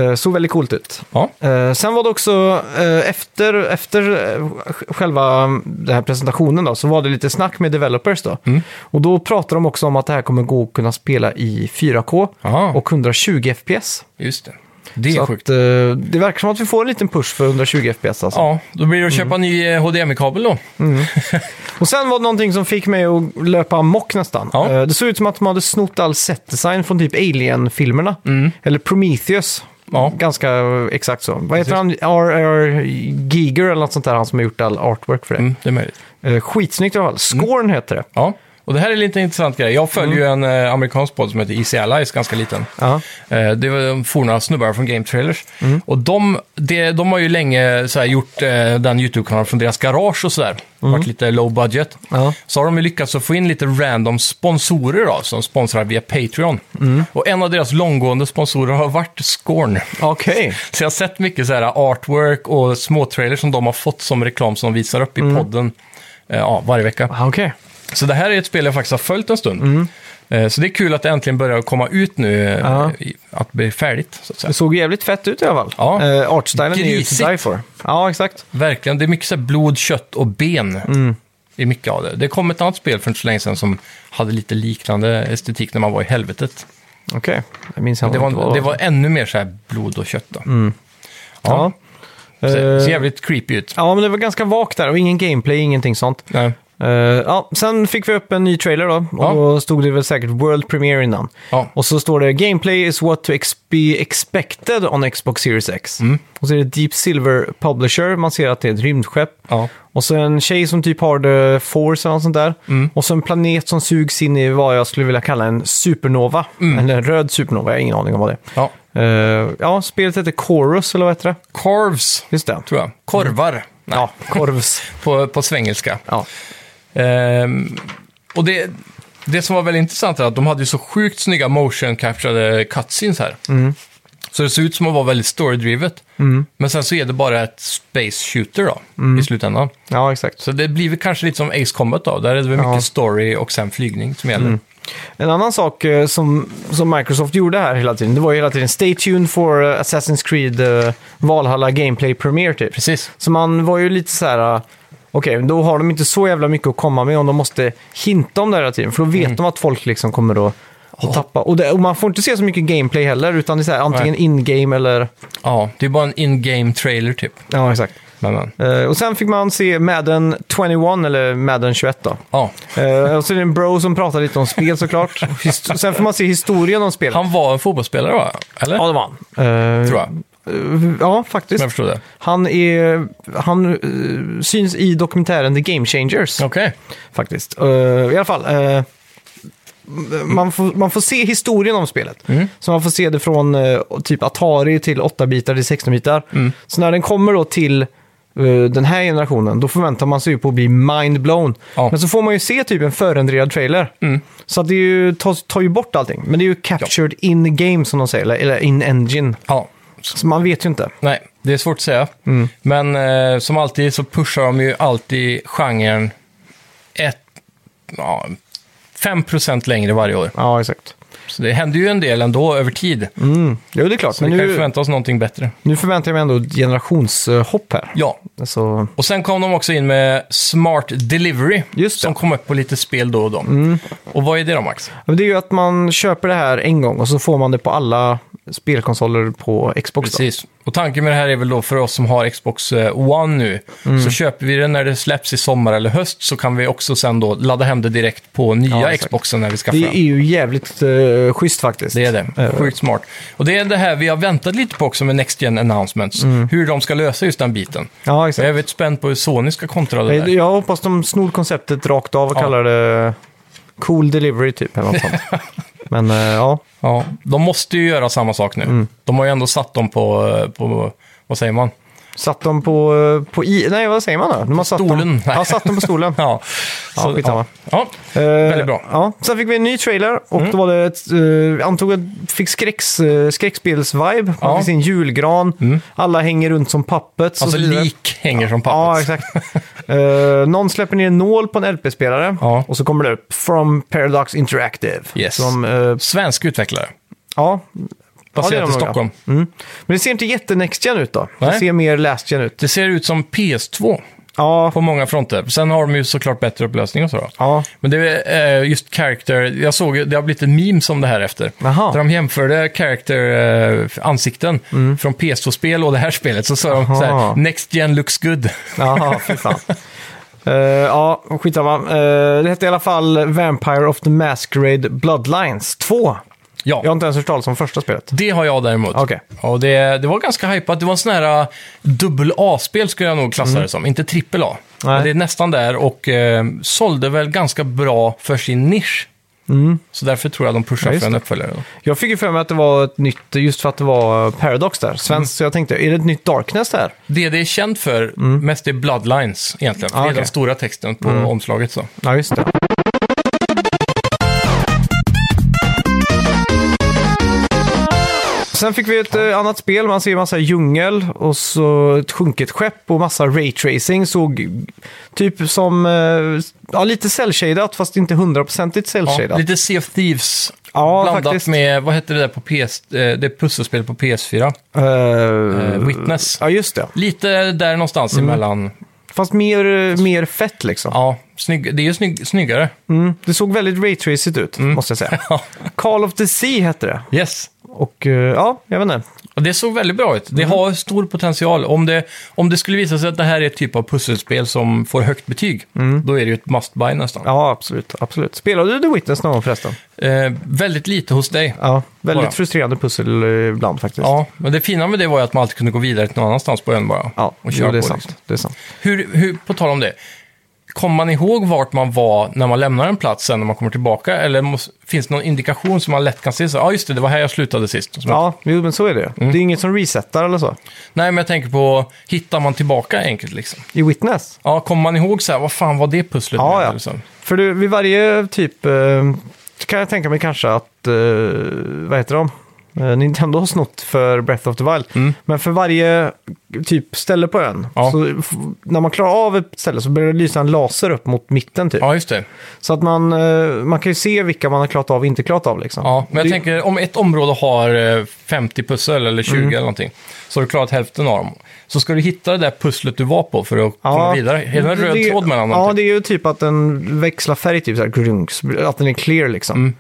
Speaker 3: Eh, såg väldigt coolt ut.
Speaker 2: Ja.
Speaker 3: Eh, sen var det också, eh, efter, efter eh, sj- själva mm, den här presentationen då, så var det lite snack med developers då.
Speaker 2: Mm.
Speaker 3: Och då pratade de också om att det här kommer gå att kunna spela i 4K
Speaker 2: Ja.
Speaker 3: och 120 FPS.
Speaker 2: Just det. Det
Speaker 3: Så
Speaker 2: är
Speaker 3: att,
Speaker 2: sjukt.
Speaker 3: eh, det verkar som att vi får en liten push för 120 FPS alltså.
Speaker 2: Ja, då blir det att köpa ny eh, HDMI-kabel då.
Speaker 3: Och sen var det någonting som fick mig att löpa amok nästan.
Speaker 2: Ja.
Speaker 3: Eh, Det såg ut som att de hade snott all setdesign från typ Alien-filmerna. Eller Prometheus.
Speaker 2: Mm. Ja.
Speaker 3: Ganska eh, exakt så. Vad heter han? R.R. Giger eller något sånt där, han som har gjort all artwork för det.
Speaker 2: Mm, det är möjligt.
Speaker 3: Eh, Skitsnyggt i alla fall. Scorn heter det.
Speaker 2: Ja, och det här är lite intressant grej. Jag följer ju en eh, amerikansk podd som heter EC Allies, ganska liten.
Speaker 3: Mm. Ja.
Speaker 2: Eh, Det var de forna snubbar från Game Trailers. Och de, det, de har ju länge så här, gjort eh, den YouTube-kanalen från deras garage och sådär. Varit lite low budget.
Speaker 3: Ja.
Speaker 2: Så har de ju lyckats att få in lite random sponsorer då, som sponsrar via Patreon. Och en av deras långgående sponsorer har varit Scorn.
Speaker 3: Okej.
Speaker 2: Så jag har sett mycket så här artwork och små trailers som de har fått som reklam som de visar upp i podden eh, ja, varje vecka.
Speaker 3: Ah, Okej.
Speaker 2: Så det här är ett spel jag faktiskt har följt en stund.
Speaker 3: Mm.
Speaker 2: Eh, Så det är kul att det äntligen börjar komma ut nu, eh,
Speaker 3: Ja.
Speaker 2: i- att bli färdigt. Så att säga.
Speaker 3: Det såg jävligt fett ut i alla fall.
Speaker 2: Ja.
Speaker 3: Eh, Artstylen är ju
Speaker 2: Grisigt.
Speaker 3: to die for. Ja, exakt.
Speaker 2: Verkligen, det är mycket så här blod, kött och ben.
Speaker 3: Mm.
Speaker 2: i mycket av det. Det kom ett annat spel för inte så länge sedan som hade lite liknande estetik när man var i helvetet.
Speaker 3: Okej. Jag minns
Speaker 2: Det
Speaker 3: inte vad
Speaker 2: var, det var ännu mer så här blod och kött då. Ja,
Speaker 3: Mm. Ja.
Speaker 2: ser, ser
Speaker 3: Eh,
Speaker 2: jävligt creepy ut.
Speaker 3: ja, men det var ganska vagt där och ingen gameplay, ingenting sånt.
Speaker 2: Nej.
Speaker 3: Eh, ja, sen fick vi upp en ny trailer då, och
Speaker 2: Ja.
Speaker 3: då stod det väl säkert World Premiere innan.
Speaker 2: Ja.
Speaker 3: Och så står det “Gameplay is what to ex- be expected on Xbox Series X”.
Speaker 2: Mm.
Speaker 3: Och så är det Deep Silver Publisher, man ser att det är ett rymdskepp.
Speaker 2: Ja.
Speaker 3: Och så en tjej som typ har the force eller något sånt där.
Speaker 2: Mm.
Speaker 3: Och så en planet som sugs in i vad jag skulle vilja kalla en supernova. Eller en röd supernova, jag har ingen aning om vad det är.
Speaker 2: Mm. Ja.
Speaker 3: Eh, ja, spelet heter Chorus, eller vad heter det?
Speaker 2: Corvs,
Speaker 3: Just det.
Speaker 2: tror jag. Korvar Nej,
Speaker 3: Mm. Ja, Corvus.
Speaker 2: på, på svengelska.
Speaker 3: ja.
Speaker 2: Ehm, och det, det som var väldigt intressant är att de hade ju så sjukt snygga motion capturade cutscenes här. Så det ser ut som att vara väldigt story-drivet. Men sen så är det bara ett space shooter då, i slutändan.
Speaker 3: ja, exakt.
Speaker 2: Så det blir väl kanske lite som Ace Combat då. Där är det väl
Speaker 3: Ja.
Speaker 2: mycket story och sen flygning som gäller.
Speaker 3: En annan sak eh, som, som Microsoft gjorde här hela tiden, det var ju hela tiden “Stay tuned for eh, Assassin's Creed eh, Valhalla Gameplay Premiere” typ.
Speaker 2: Precis.
Speaker 3: Så man var ju lite så här, eh, Okej, men då har de inte så jävla mycket att komma med om de måste hinta om det hela tiden. För då vet de att folk liksom kommer att, att tappa. Och, det, och man får inte se så mycket gameplay heller, utan det är så här, antingen in-game eller...
Speaker 2: Ja, det är bara en in-game trailer typ.
Speaker 3: Ja, exakt.
Speaker 2: Men, men.
Speaker 3: Eh, och sen fick man se Madden 21, eller Madden 21 då.
Speaker 2: Ja.
Speaker 3: Eh, och så är det en bro som pratar lite om spel såklart. Hist- sen får man se historien om spelet.
Speaker 2: Han var en fotbollsspelare va? Eller?
Speaker 3: Ja, det var han. Eh,
Speaker 2: Tror jag. Om
Speaker 3: eh, ja, faktiskt.
Speaker 2: jag förstod det.
Speaker 3: Han, är, han eh, syns i dokumentären The Game Changers,
Speaker 2: Okej.
Speaker 3: faktiskt. Eh, I alla fall, eh, man, får, man får se historien om spelet.
Speaker 2: Mm.
Speaker 3: Så man får se det från eh, typ Atari till 8-bitar till 16-bitar.
Speaker 2: Mm.
Speaker 3: Så när den kommer då till eh, den här generationen, då förväntar man sig ju på att bli mind-blown.
Speaker 2: Ja. Mm.
Speaker 3: Men så får man ju se typ en förändrad trailer. Så att det är ju, tar, tar ju bort allting. Men det är ju captured in-game som de säger, eller, eller in-engine.
Speaker 2: Ja.
Speaker 3: Så man vet ju inte.
Speaker 2: Nej, det är svårt att säga.
Speaker 3: Mm.
Speaker 2: Men eh, som alltid så pushar de ju alltid genren ett, ja, 5% längre varje år.
Speaker 3: Ja, exakt.
Speaker 2: Så det händer ju en del ändå över tid.
Speaker 3: Mm. Jo, det är klart.
Speaker 2: Men
Speaker 3: Men
Speaker 2: vi kan ju
Speaker 3: nu,
Speaker 2: förvänta oss någonting bättre.
Speaker 3: nu förväntar jag mig ändå ett generationshopp här. Alltså,
Speaker 2: Ja,
Speaker 3: Så,
Speaker 2: och sen kom de också in med Smart Delivery.
Speaker 3: Just det.
Speaker 2: som
Speaker 3: Mm.
Speaker 2: kom upp på lite spel då och då. Och vad är det då Max?
Speaker 3: men det är ju att man köper det här en gång och så får man det på alla spelkonsoler på Xbox. Då.
Speaker 2: Precis. Och tanken med det här är väl då för oss som har Xbox eh, One nu.
Speaker 3: Mm.
Speaker 2: Så köper vi det när det släpps i sommar eller höst så kan vi också sen då ladda hem det direkt på
Speaker 3: Ja,
Speaker 2: nya
Speaker 3: exakt.
Speaker 2: Xboxen när vi skaffar
Speaker 3: Det
Speaker 2: den.
Speaker 3: är ju jävligt uh, schysst faktiskt.
Speaker 2: Det är det.
Speaker 3: Eh,
Speaker 2: Sjukt smart. Och det är det här vi har väntat lite på också med Next Gen Announcements. Hur de ska lösa just den biten.
Speaker 3: ja,
Speaker 2: Jag är
Speaker 3: Mm. exakt.
Speaker 2: väldigt spänd på hur Sony ska kontra det
Speaker 3: Jag,
Speaker 2: där.
Speaker 3: jag hoppas de snor konceptet rakt av och
Speaker 2: Ja.
Speaker 3: kallar det cool delivery typ. Eller något sånt. men eh, ja,
Speaker 2: Ja, de måste ju göra samma sak nu.
Speaker 3: Mm.
Speaker 2: De har ju ändå satt dem på, eh, på vad säger man?
Speaker 3: satt de på, eh, på i... Nej, vad säger man då? De har satt
Speaker 2: Stolen.
Speaker 3: Dem, ja, satt dem på stolen.
Speaker 2: Ja,
Speaker 3: Ja,
Speaker 2: Så-
Speaker 3: skitsamma.
Speaker 2: ja.
Speaker 3: Eh,
Speaker 2: Väldigt bra. Mm.
Speaker 3: Ja. Sen fick vi en ny trailer och då var det ett, eh, antog att fick skräcks, eh, skräckspels-vibe. Man
Speaker 2: Ja. Mm.
Speaker 3: fick sin julgran, alla hänger runt som puppets och
Speaker 2: Alltså
Speaker 3: så vidare.
Speaker 2: lik hänger som
Speaker 3: Ja,
Speaker 2: pappret.
Speaker 3: exakt. Eh, någon släpper ner en nål på en LP-spelare
Speaker 2: Ja.
Speaker 3: och så kommer det upp From Paradox Interactive.
Speaker 2: Yes.
Speaker 3: Som, eh,
Speaker 2: Svensk utvecklare,
Speaker 3: ja.
Speaker 2: baserat
Speaker 3: de
Speaker 2: i
Speaker 3: nog, ja.
Speaker 2: Stockholm.
Speaker 3: Mm. Men det ser inte jätte-next-gen ut då. Det
Speaker 2: Nej.
Speaker 3: ser mer last-gen ut.
Speaker 2: Det ser ut som PS2
Speaker 3: Ja,
Speaker 2: på många fronter. Sen har de ju såklart bättre upplösning och så. Då.
Speaker 3: ja.
Speaker 2: Men det är eh, just character, jag såg ju- det har blivit ett meme som det här efter.
Speaker 3: Jaha.
Speaker 2: Där de jämförde character-ansikten
Speaker 3: Mm.
Speaker 2: från PS2-spel och det här spelet. Så sa de
Speaker 3: Aha.
Speaker 2: så här, Next Gen looks good.
Speaker 3: Jaha, fy fan. Eh, ja, skitsamma. Uh, det hette i alla fall Vampire of the Masquerade Bloodlines 2.
Speaker 2: ja,
Speaker 3: Jag har inte ens hört talas om första spelet.
Speaker 2: det har jag däremot.
Speaker 3: Okej.
Speaker 2: Och det, det var ganska hypat. Det var en sån här eh, dubbel A-spel skulle jag nog klassa det som, inte trippel A.
Speaker 3: Mm. Nej.
Speaker 2: Men det är nästan där och eh, sålde väl ganska bra för sin nisch. Så därför tror jag de pushar
Speaker 3: Mm. Ja, just
Speaker 2: för en
Speaker 3: det.
Speaker 2: uppföljare. då.
Speaker 3: Jag fick ju för mig att det var ett nytt, just för att det var Paradox där, svenskt. Så jag tänkte, är det ett nytt Darkness där?
Speaker 2: Det det är känt för mest är Bloodlines egentligen. För
Speaker 3: Mm.
Speaker 2: det är
Speaker 3: Ah, okej. Mm.
Speaker 2: den stora texten på omslaget. Så.
Speaker 3: Ja, just det. Sen fick vi ett eh, annat spel, man ser massa djungel och så ett sjunket skepp och massa raytracing. Såg typ som, eh, ja lite cellshadat fast inte hundraprocentigt
Speaker 2: Ja,
Speaker 3: cellshadat.
Speaker 2: lite Sea of Thieves
Speaker 3: Ja,
Speaker 2: blandat
Speaker 3: faktiskt.
Speaker 2: med, vad hette det där på PS, eh, det pusselspelet på PS4?
Speaker 3: Eh, Mm.
Speaker 2: Eh, Witness.
Speaker 3: Ja, just det.
Speaker 2: Lite där någonstans emellan.
Speaker 3: Fast mer, eh, mer fett liksom.
Speaker 2: Ja, snygg, det är ju snygg, snyggare.
Speaker 3: Mm. Det såg väldigt raytracigt ut,
Speaker 2: Mm.
Speaker 3: måste jag säga.
Speaker 2: Ja.
Speaker 3: Call of the Sea hette det.
Speaker 2: Yes.
Speaker 3: Och eh, ja, jag vet inte.
Speaker 2: Och det såg väldigt bra ut. Det
Speaker 3: Mm.
Speaker 2: har stor potential. Om det, om det skulle visa sig att det här är ett typ av pusselspel som får högt betyg, då är det ju ett must-buy nästan.
Speaker 3: Mm. Ja, absolut. absolut. Spelade du The Witness någon gång förresten?
Speaker 2: Eh, väldigt lite hos dig.
Speaker 3: Ja, väldigt
Speaker 2: Bara.
Speaker 3: frustrerande pussel eh, ibland faktiskt.
Speaker 2: Ja, men det fina med det var ju att man alltid kunde gå vidare till någon annanstans på ön bara.
Speaker 3: ja
Speaker 2: och
Speaker 3: jo,
Speaker 2: köra
Speaker 3: det, är
Speaker 2: på.
Speaker 3: sant,
Speaker 2: liksom.
Speaker 3: det är sant.
Speaker 2: Hur, hur, på tal om det, kommer man ihåg vart man var när man lämnar en plats sen när man kommer tillbaka? Eller måste, finns det någon indikation som man lätt kan se? Ja, ah, just det, det var här jag slutade sist. Som
Speaker 3: Ja, jo, men så är det ju.
Speaker 2: Mm.
Speaker 3: Det är inget som resetar eller så.
Speaker 2: Nej, men jag tänker på, hittar man tillbaka enkelt liksom?
Speaker 3: I Witness?
Speaker 2: Ja, kommer man ihåg så här, vad fan var det pusslet?
Speaker 3: Ja,
Speaker 2: med,
Speaker 3: ja.
Speaker 2: liksom?
Speaker 3: För du, vid varje typ eh, kan jag tänka mig kanske att, eh, vad heter de? eh, Nintendo har snott för Breath of the Wild. Men för varje typ ställe på ön,
Speaker 2: Mm. Ja.
Speaker 3: så f- när man klarar av ett ställe så börjar det lysa en laser upp mot mitten typ.
Speaker 2: Ja, just det.
Speaker 3: Så att man, eh, man kan ju se vilka man har klarat av och inte klarat av liksom.
Speaker 2: Ja, men jag
Speaker 3: Det-
Speaker 2: tänker om ett område har eh, 50 pussel eller
Speaker 3: Mm.
Speaker 2: 20 eller någonting. Så har du klarat hälften av dem. Så ska du hitta det där pusslet du var på för att komma vidare. Hela en
Speaker 3: det-
Speaker 2: röd
Speaker 3: det-
Speaker 2: tråd mellan dem.
Speaker 3: Ja,
Speaker 2: typ.
Speaker 3: det är ju typ att den växlar färg, typ så här, grunks, att den är clear liksom.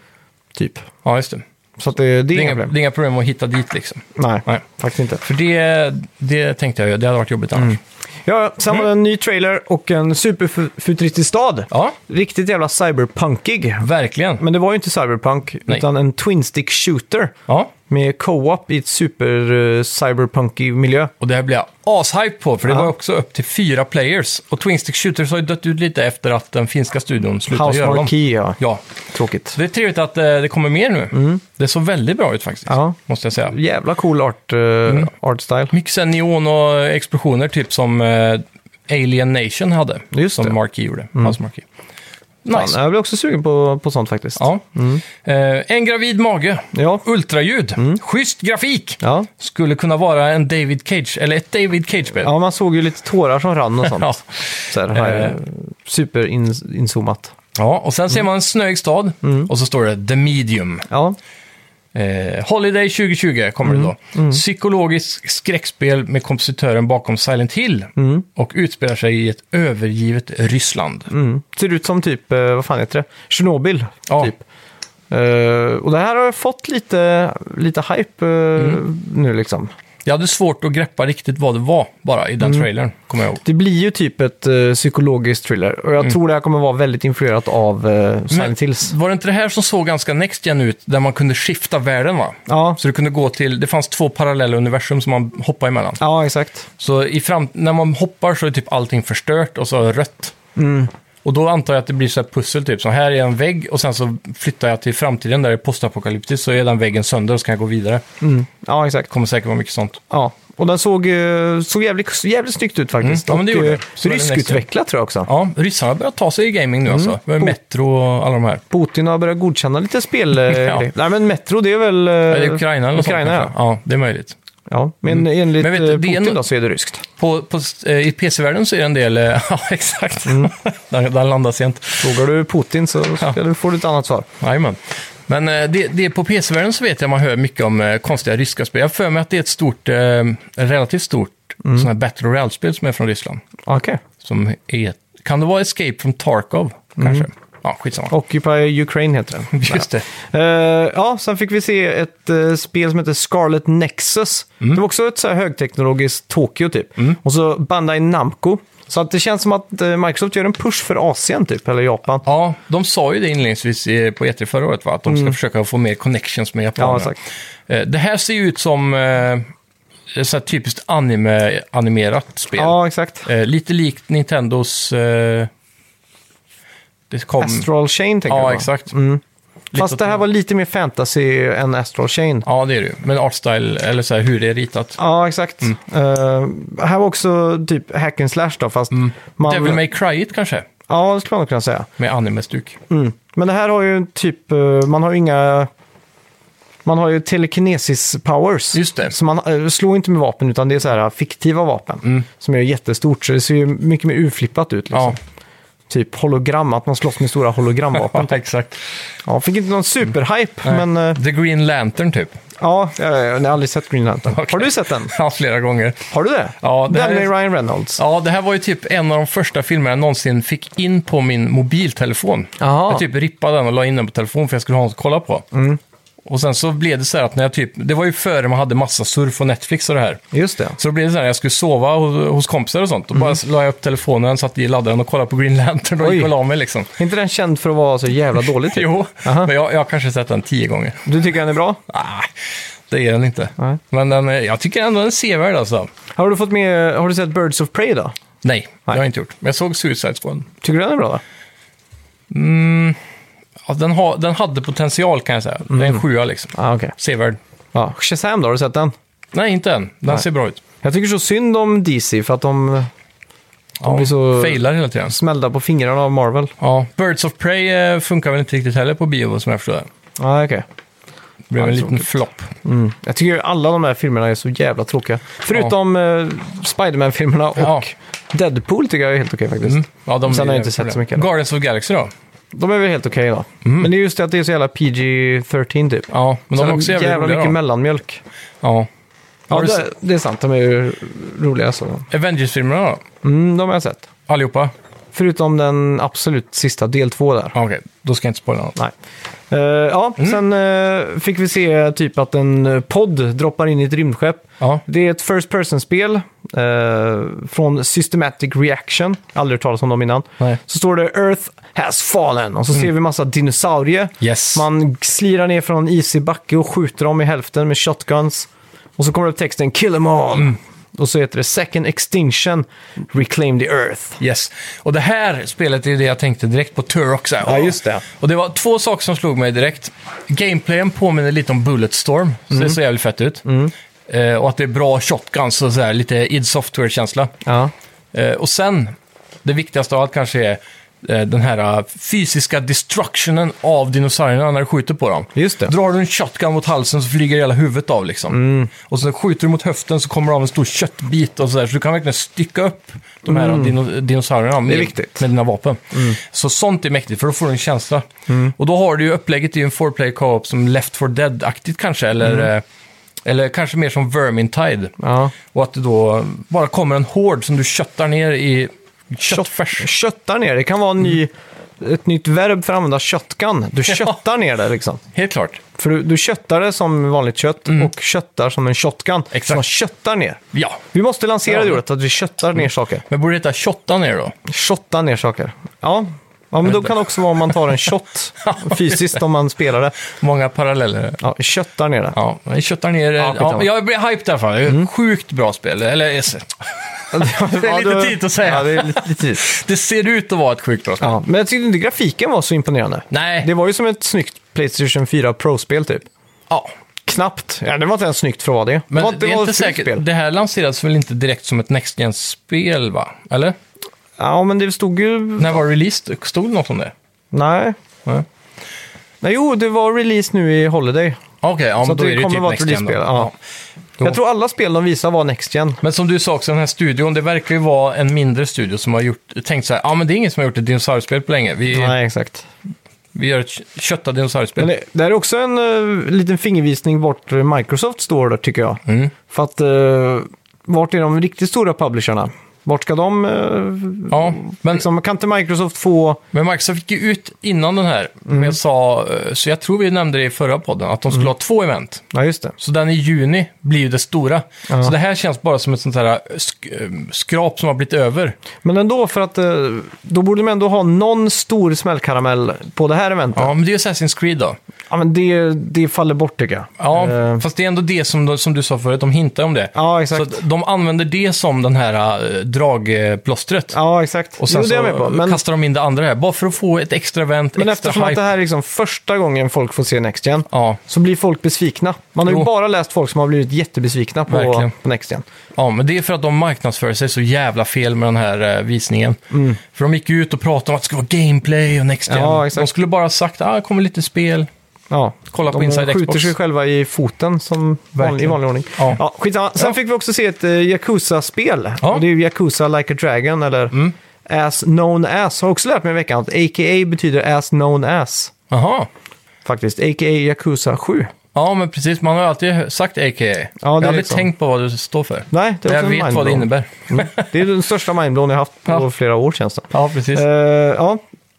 Speaker 3: Typ.
Speaker 2: ja just det.
Speaker 3: Så att det, det
Speaker 2: Mm. Det
Speaker 3: är
Speaker 2: är,
Speaker 3: inga
Speaker 2: inga,
Speaker 3: problem.
Speaker 2: det är inga problem att hitta dit liksom.
Speaker 3: Nej,
Speaker 2: Nej.
Speaker 3: faktiskt inte.
Speaker 2: För det, det tänkte jag ju, det hade varit jobbigt
Speaker 3: Mm.
Speaker 2: annars.
Speaker 3: Ja, sen var det en ny trailer och en superfuturistisk stad.
Speaker 2: Mm. Ja,
Speaker 3: Riktigt jävla cyberpunkig.
Speaker 2: verkligen.
Speaker 3: Men det var ju inte cyberpunk,
Speaker 2: Nej.
Speaker 3: utan en twin stick shooter
Speaker 2: Ja,
Speaker 3: med co-op i ett super eh, cyberpunkig miljö.
Speaker 2: och det här blev jag ashype på, för det
Speaker 3: Ja.
Speaker 2: var också upp till fyra players. Och Twin Stick Shooters har ju dött ut lite efter att den finska studion slutade
Speaker 3: House
Speaker 2: göra dem.
Speaker 3: Marquee, ja.
Speaker 2: Ja,
Speaker 3: Tråkigt.
Speaker 2: så det är trevligt att eh, det kommer mer nu. Det såg väldigt bra ut faktiskt,
Speaker 3: Mm. Ja.
Speaker 2: måste jag säga.
Speaker 3: Jävla cool art, eh,
Speaker 2: Mm.
Speaker 3: art style.
Speaker 2: Mycket sen neon och explosioner, typ som eh, Alien Nation hade.
Speaker 3: Just
Speaker 2: som
Speaker 3: det. Mm.
Speaker 2: Marquee gjorde, House Marquee. Nice.
Speaker 3: Fan, Mm. jag blir också sugen på, på sånt faktiskt.
Speaker 2: Ja. Eh, en gravid mage.
Speaker 3: Ja.
Speaker 2: Ultraljud.
Speaker 3: Mm.
Speaker 2: Schysst grafik.
Speaker 3: Ja.
Speaker 2: Skulle kunna vara en David Cage, eller ett David Cage-spel.
Speaker 3: Ja, man såg ju lite tårar som rann och sånt.
Speaker 2: Ja. Eh.
Speaker 3: Så här, här, superinzoomat.
Speaker 2: Ja, och sen ser
Speaker 3: Mm.
Speaker 2: man en snöig stad och så står det The Medium.
Speaker 3: Ja,
Speaker 2: Eh, Holiday 2020 kommer
Speaker 3: Mm.
Speaker 2: det då. Psykologiskt skräckspel med kompositören bakom Silent Hill och utspelar sig i ett övergivet Ryssland.
Speaker 3: mm. ser ut som typ, eh, vad fan heter det? Tjernobyl.
Speaker 2: Ja.
Speaker 3: Typ. Eh, och det här har fått lite, lite hype eh,
Speaker 2: Mm.
Speaker 3: nu liksom.
Speaker 2: Jag hade svårt att greppa riktigt vad det var bara i den
Speaker 3: Mm.
Speaker 2: trailern, kommer jag ihåg.
Speaker 3: Det blir ju typ ett eh, psykologiskt thriller. Och
Speaker 2: Mm.
Speaker 3: jag tror det här kommer vara väldigt influerat av uh, Silent Hills.
Speaker 2: Var det inte det här som såg ganska next gen ut, där man kunde skifta världen va?
Speaker 3: Ja.
Speaker 2: Så du kunde gå till, det fanns två parallella universum som man hoppade emellan.
Speaker 3: ja, exakt.
Speaker 2: Så i fram, när man hoppar så är typ allting förstört och så rött.
Speaker 3: Mm.
Speaker 2: Och då antar jag att det blir så här pussel typ, så här är en vägg och sen så flyttar jag till framtiden där det är postapokalyptiskt så är den väggen sönder och så kan jag gå vidare.
Speaker 3: Mm. Ja, exakt.
Speaker 2: Det kommer säkert vara mycket sånt.
Speaker 3: Ja. Och den såg, eh, såg jävligt, jävligt snyggt ut faktiskt.
Speaker 2: Mm. Ja, men det
Speaker 3: Och,
Speaker 2: gjorde
Speaker 3: eh,
Speaker 2: det. Så var det next gen.
Speaker 3: Ryskutvecklat tror jag också.
Speaker 2: Ja, ryssarna börjar ta sig i gaming
Speaker 3: Mm.
Speaker 2: nu alltså. Med
Speaker 3: Oh.
Speaker 2: Metro och alla de här.
Speaker 3: Putin har börjat godkänna lite spel. eh,
Speaker 2: Ja.
Speaker 3: Nej, men Metro det är väl... eh,
Speaker 2: Eller Ukraina eller något sånt
Speaker 3: Ukraina,
Speaker 2: kanske.
Speaker 3: ja.
Speaker 2: ja, det är möjligt.
Speaker 3: ja. Men enligt
Speaker 2: Men vet du,
Speaker 3: eh,
Speaker 2: det är
Speaker 3: Putin
Speaker 2: en-
Speaker 3: då så är det ryskt.
Speaker 2: På, på, eh, I PC-världen så är det en del... eh, Ja, exakt.
Speaker 3: Mm.
Speaker 2: den, den landar sent.
Speaker 3: Frågar du Putin så ska
Speaker 2: Ja.
Speaker 3: du, får du ett annat svar.
Speaker 2: Jajamän. Men eh, det, det är på PC-världen så vet jag man hör mycket om eh, konstiga ryska spel. Jag har för mig att det är ett stort, eh, relativt stort
Speaker 3: Mm.
Speaker 2: sån här Battle Royale-spel som är från Ryssland.
Speaker 3: Okej.
Speaker 2: Som är, kan det vara Escape from Tarkov,
Speaker 3: Mm.
Speaker 2: kanske? Ja, skitsamma.
Speaker 3: Occupy Ukraine heter den.
Speaker 2: Just det.
Speaker 3: Eh, ja, sen fick vi se ett eh, spel som heter Scarlet Nexus.
Speaker 2: Mm.
Speaker 3: Det var också ett så här högteknologiskt Tokyo typ. Och så Bandai Namco. Så att det känns som att eh, Microsoft gör en push för Asien typ, eller Japan.
Speaker 2: Ja, de sa ju det inledningsvis eh, på E3 förra året, va? att de ska försöka få mer connections med
Speaker 3: Mm. Ja,
Speaker 2: japanerna.
Speaker 3: exakt.
Speaker 2: Eh, det här ser ju ut som eh, så här typiskt anime, animerat spel.
Speaker 3: Ja, exakt.
Speaker 2: Eh, lite likt Nintendos... Eh, det kom...
Speaker 3: Astral Chain tänker jag
Speaker 2: Ja,
Speaker 3: på.
Speaker 2: exakt.
Speaker 3: Mm. Fast det här var lite mer fantasy än Astral Chain.
Speaker 2: Ja, det är det ju. Men artstyle, eller så här, hur det är ritat.
Speaker 3: Ja, exakt.
Speaker 2: Mm.
Speaker 3: Eh, här var också typ hack and slash då, fast man...
Speaker 2: Mm. Devil May Cry It kanske,
Speaker 3: Ja, det skulle man nog kunna säga.
Speaker 2: med anime-stuk.
Speaker 3: Mm. Men det här har ju typ, eh, man har ju inga... Man har ju telekinesis powers.
Speaker 2: Just det.
Speaker 3: Så man eh, slår inte med vapen, utan det är så här eh, fiktiva vapen. Som är jättestort, så det ser ju mycket mer urflippat ut. Liksom.
Speaker 2: Mm. Ja,
Speaker 3: Typ hologram, att man slåss med stora hologramvapen.
Speaker 2: ja, exakt.
Speaker 3: ja, fick inte någon superhype, men... eh,
Speaker 2: The Green Lantern, typ.
Speaker 3: ja, jag, jag har aldrig sett Green Lantern.
Speaker 2: Okej.
Speaker 3: Har du sett den?
Speaker 2: Ja, flera gånger.
Speaker 3: Har du det?
Speaker 2: Ja, det
Speaker 3: den
Speaker 2: här
Speaker 3: med
Speaker 2: är-
Speaker 3: Ryan Reynolds.
Speaker 2: Ja, det här var ju typ en av de första filmerna jag någonsin fick in på min mobiltelefon.
Speaker 3: Jaha. Mm.
Speaker 2: Jag typ rippade den och la in den på telefonen för jag skulle ha något att kolla på. Och sen så blev det så här att när jag typ, det var ju före man hade massa surf och Netflix och det här.
Speaker 3: Just det.
Speaker 2: Så då blev det så här när jag skulle sova hos, hos kompisar och sånt. Då bara la jag upp telefonen, satt i laddaren och kollade på Green Lantern och
Speaker 3: Oj.
Speaker 2: gick och la mig liksom.
Speaker 3: Är inte den känd för att vara så jävla dålig? Typ?
Speaker 2: Jo, men jag, jag har kanske sett den tio gånger.
Speaker 3: Du tycker den är bra?
Speaker 2: Nej, det är den inte.
Speaker 3: Nej.
Speaker 2: Men den, är- jag tycker ändå den är sevärd alltså.
Speaker 3: Har du, fått med, har du sett Birds of Prey då?
Speaker 2: Nej, det har jag inte gjort. Men jag såg Suicide Squad. Mm,
Speaker 3: Tycker du den är bra? Då?
Speaker 2: Ja, den, har, den hade potential kan jag säga. Den är en sjua liksom.
Speaker 3: Ah, okay.
Speaker 2: Sevärd.
Speaker 3: ja, Shazam då, har du sett den?
Speaker 2: Nej, inte än. Den ser bra ut.
Speaker 3: Jag tycker så synd om DC för att de
Speaker 2: Ja,
Speaker 3: blir så-
Speaker 2: Failar hela tiden.
Speaker 3: smällda på fingrarna av Marvel.
Speaker 2: Ja, Birds of Prey eh, funkar väl inte riktigt heller på bio som jag förstår det.
Speaker 3: Ah, okay.
Speaker 2: blev
Speaker 1: Ja,
Speaker 2: en liten
Speaker 1: tråkigt.
Speaker 2: flopp.
Speaker 3: Mm. Jag tycker ju alla de här filmerna är så jävla tråkiga. Förutom eh, Spiderman-filmerna och
Speaker 2: Ja.
Speaker 3: Deadpool tycker jag är helt okej faktiskt.
Speaker 2: Mm. Ja, de
Speaker 3: Sen har jag
Speaker 2: är
Speaker 3: inte sett så mycket.
Speaker 2: Guardians of the Galaxy då?
Speaker 3: De är väl helt okej då.
Speaker 2: Mm.
Speaker 3: Men det är just det att det är så jävla PG-13 typ.
Speaker 2: Ja, men
Speaker 3: Sen
Speaker 2: de är också jävligt
Speaker 3: jävla
Speaker 2: roliga
Speaker 3: mycket
Speaker 2: då.
Speaker 3: mellanmjölk.
Speaker 2: Ja.
Speaker 3: Ja,
Speaker 2: Har du
Speaker 3: det, det är sant. De är ju roliga så.
Speaker 2: Avengers-filmerna då?
Speaker 3: Mm, de har jag sett.
Speaker 2: Allihopa?
Speaker 3: Förutom den absolut sista, del två där.
Speaker 2: Ja, Okej, då ska jag inte spoila något.
Speaker 3: Nej. Eh, ja,
Speaker 2: Mm.
Speaker 3: sen eh, fick vi se typ att en eh, podd droppar in i ett rymdskepp.
Speaker 2: Ja.
Speaker 3: Det är ett First Person-spel eh, från Systematic Reaction. Aldrig hört talas om dem innan.
Speaker 2: Nej. Mm.
Speaker 3: Så står det Earth has fallen och så ser vi massa dinosaurier.
Speaker 2: Yes.
Speaker 3: Man slirar ner från en isig backe och skjuter dem i hälften med shotguns. Och så kommer det upp texten Kill them all. Och så heter det Second Extinction Reclaim the Earth.
Speaker 2: Yes. Och det här spelet är det jag tänkte direkt på Turok. Så här.
Speaker 3: Ja, just det.
Speaker 2: Och det var två saker som slog mig direkt. Gameplayen påminner lite om Bulletstorm, så
Speaker 3: Mm.
Speaker 2: det ser jävligt fett ut. Eh, och att det är bra shotguns och så här, lite id software-känsla.
Speaker 3: Ja.
Speaker 2: Eh, och sen, det viktigaste av allt kanske är eh, den här eh, fysiska destructionen av dinosaurierna när du skjuter på dem.
Speaker 3: Just det.
Speaker 2: Drar du en shotgun mot halsen så flyger hela huvudet av liksom.
Speaker 3: Mm.
Speaker 2: Och sen skjuter du mot höften så kommer det av en stor köttbit och sådär. Så du kan verkligen stycka upp de här dino- dinosaurierna med,
Speaker 3: Mm. viktigt. Mm.
Speaker 2: med dina vapen. Så sånt är mäktigt för då får du en känsla. Och då har du ju upplägget i en 4-play co-op som Left 4 Dead-aktigt kanske. Eller, eh, eller kanske mer som Vermintide.
Speaker 3: Mm. ja.
Speaker 2: Och att det då bara kommer en hård som du köttar ner i köttfärs.
Speaker 3: Köttar ner, det kan vara en ny, ett nytt verb för att använda shotgun. Du köttar ner det liksom.
Speaker 2: Helt klart.
Speaker 3: För du, du köttar det som vanligt kött och köttar som en shotgun.
Speaker 2: Exakt.
Speaker 3: Så man köttar ner.
Speaker 2: Ja.
Speaker 3: Vi måste lansera
Speaker 2: Ja.
Speaker 3: det ordet, att vi köttar ner saker.
Speaker 2: Men borde det heta shotta ner då?
Speaker 3: Shotta ner saker. Ja. ja, men då kan det också vara om man tar en shot fysiskt om man spelar det.
Speaker 2: Många paralleller.
Speaker 3: Ja, köttar ner det.
Speaker 2: Ja, vi köttar ner. Ja,
Speaker 3: skitsamma. Mm.
Speaker 2: men jag blir hyped i alla fall. Det är ett Sjukt bra spel. Eller, yes. Det är lite
Speaker 3: du-
Speaker 2: tidigt att säga.
Speaker 3: Ja, det är lite lite tidigt.
Speaker 2: det ser ut att vara ett sjukt bra spel.
Speaker 3: Ja, men jag tyckte inte grafiken var så imponerande.
Speaker 2: Nej.
Speaker 3: Det var ju som ett snyggt Playstation 4 Pro-spel typ.
Speaker 2: Ja.
Speaker 3: Knappt. Ja, det var inte ens snyggt för vad det
Speaker 2: Men
Speaker 3: var,
Speaker 2: det, är
Speaker 3: var
Speaker 2: inte
Speaker 3: ett fult
Speaker 2: säkert. Det här lanseras väl inte direkt som ett Next Gen-spel, va? Eller?
Speaker 3: Ja, men det stod ju...
Speaker 2: När var det released? Stod det något om det?
Speaker 3: Nej.
Speaker 2: Nej.
Speaker 3: Nej, jo, det var release nu i Holiday.
Speaker 2: Okej, ja,
Speaker 3: Så
Speaker 2: men
Speaker 3: att
Speaker 2: då är
Speaker 3: det
Speaker 2: det ju
Speaker 3: kommer
Speaker 2: typ
Speaker 3: vara ett
Speaker 2: Next Gen. då.
Speaker 3: release-spel, ja.
Speaker 2: Då-
Speaker 3: Jag tror alla spel de visade var Next Gen.
Speaker 2: Men som du sa också, den här studion, det verkar ju vara en mindre studio som har gjort, tänkt så här, ja men det är ingen som har gjort ett dinosauriespel på länge. Vi,
Speaker 3: Nej, exakt.
Speaker 2: vi gör ett kö- köttat dinosauriespel.
Speaker 3: Men det, det här är också en eh, liten fingervisning vart Microsoft står där, tycker jag.
Speaker 2: Mm.
Speaker 3: För att, uh, vart är de riktigt stora publisherna? Vart ska de... eh,
Speaker 2: Ja, men,
Speaker 3: liksom, kan inte Microsoft få...
Speaker 2: men Microsoft fick ju ut innan den här, men
Speaker 3: Mm.
Speaker 2: jag sa, eh, så jag tror vi nämnde det i förra podden, att de skulle ha två event.
Speaker 3: Ja, just det.
Speaker 2: Så den i juni blir ju det stora. Så det här känns bara som ett sånt här eh, sk- eh, skrap som har blivit över.
Speaker 3: Men ändå, för att eh, då borde de ändå ha någon stor smällkaramell på det här eventet. Ja,
Speaker 2: Ja, men det är Assassin's Creed då.
Speaker 3: men det, det faller bort tycker jag.
Speaker 2: Ja,
Speaker 3: Eh,
Speaker 2: fast det är ändå det som, de- som du sa förut, de hintar om det.
Speaker 3: ja exakt.
Speaker 2: Så att de använder det som den här eh, dragplåstret.
Speaker 3: Ja, exakt.
Speaker 2: Och sen
Speaker 3: jo, det är jag med på.
Speaker 2: så
Speaker 3: Men,
Speaker 2: kastar de in det andra här, bara för att få ett extra event,
Speaker 3: men
Speaker 2: extra
Speaker 3: eftersom
Speaker 2: hype.
Speaker 3: att det här är liksom första gången folk får se Next Gen,
Speaker 2: ja,
Speaker 3: så blir folk besvikna. Man har ju
Speaker 2: Jo.
Speaker 3: bara läst folk som har blivit jättebesvikna på,
Speaker 2: Verkligen.
Speaker 3: på Next Gen.
Speaker 2: ja, men det är för att de marknadsför sig så jävla fel med den här eh, visningen. För de gick ju ut och pratade om att det skulle vara gameplay och next gen.
Speaker 3: Mm. Ja, exakt.
Speaker 2: de skulle bara ha sagt att ah, det kommer lite spel.
Speaker 3: Ja.
Speaker 2: Kolla på
Speaker 3: de
Speaker 2: Inside
Speaker 3: skjuter
Speaker 2: Xbox.
Speaker 3: sig själva i foten som vanlig, i
Speaker 2: Verkligen.
Speaker 3: vanlig ordning.
Speaker 2: Ja.
Speaker 3: Ja, skitsamma. Sen fick vi också se ett eh, Yakuza-spel.
Speaker 2: Ja. Mm.
Speaker 3: Och det är ju Yakuza Like a Dragon, eller As Known As. Har jag också lärt mig i veckan att AKA betyder As Known As.
Speaker 2: Jaha.
Speaker 3: Faktiskt. AKA Yakuza 7.
Speaker 2: Ja, men precis. Man har ju alltid sagt AKA. jag har aldrig
Speaker 3: liksom-
Speaker 2: tänkt på vad det står för.
Speaker 3: Nej, det
Speaker 2: Men
Speaker 3: är
Speaker 2: jag
Speaker 3: också en
Speaker 2: vet vad det
Speaker 3: mindblown.
Speaker 2: innebär.
Speaker 3: Det är den största mindblown jag haft på
Speaker 2: Ja.
Speaker 3: flera år känns det.
Speaker 2: Ja, precis.
Speaker 3: Eh, ja.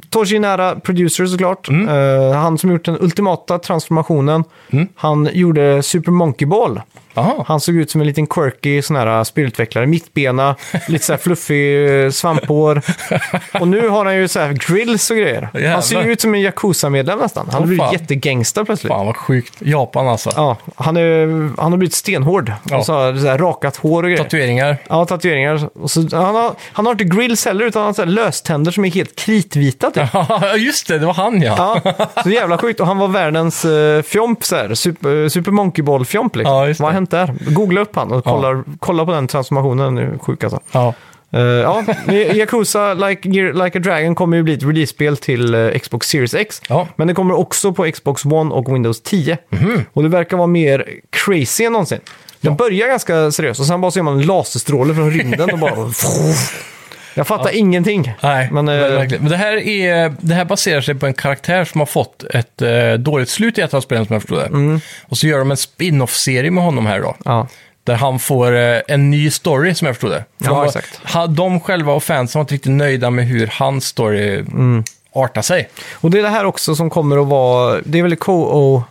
Speaker 3: Toshi Nara, producer såklart.
Speaker 2: Mm.
Speaker 3: Eh, han som gjort den ultimata transformationen. Han gjorde Super Monkey Ball.
Speaker 2: Jaha.
Speaker 3: Han såg ut som en liten quirky sån här äh, spelutvecklare. Mittbena, lite så här fluffig eh, svamphår. Och nu har han ju så här grills och grejer.
Speaker 2: Jävlar.
Speaker 3: Han ser ju ut som en Yakuza-medlem nästan. Han har
Speaker 2: Åh,
Speaker 3: blivit
Speaker 2: fan.
Speaker 3: jättegangster plötsligt.
Speaker 2: Fan vad sjukt. Japan alltså.
Speaker 3: Ja, han, är, han har blivit stenhård.
Speaker 2: Ja.
Speaker 3: Och så har så här rakat hår och grejer.
Speaker 2: Tatueringar.
Speaker 3: Ja, tatueringar. Och så, han, har, han har inte grills heller, utan han har så här löständer som är helt kritvita. Typ.
Speaker 2: Ja, just det. Det var han ja.
Speaker 3: Ja, så jävla sjukt. Och han var världens eh, fjomp så här. Super, eh, super Monkey Ball-fjomp liksom.
Speaker 2: Ja, just det.
Speaker 3: Vad har hänt där? Googla upp han och kolla, kolla på den transformationen. Det är Sjuk alltså.
Speaker 2: Ja.
Speaker 3: Eh, ja, Yakuza like, Gear- like a Dragon kommer ju bli ett release-spel till eh, Xbox Series X.
Speaker 2: Ja. Mhm.
Speaker 3: Men det kommer också på Xbox One och Windows 10. Och det verkar vara mer crazy än någonsin. Den börjar ganska seriöst och sen bara ser man laserstrålar från rymden och bara... Jag fattar ingenting.
Speaker 2: Nej,
Speaker 3: men,
Speaker 2: men,
Speaker 3: eh,
Speaker 2: verkligen. men det, här är, det här baserar sig på en karaktär som har fått ett eh, dåligt slut i ett av spelen som jag förstod det. Och så gör de en spin-off-serie med honom här då.
Speaker 3: Mm. ja.
Speaker 2: Där han får eh, en ny story som jag förstod det. För
Speaker 3: Ja,
Speaker 2: de, var-
Speaker 3: exakt.
Speaker 2: ha, de själva och fansen var inte riktigt nöjda med hur hans story
Speaker 3: Mm.
Speaker 2: artar sig.
Speaker 3: Och det är det här också som kommer att vara... Det är väl KO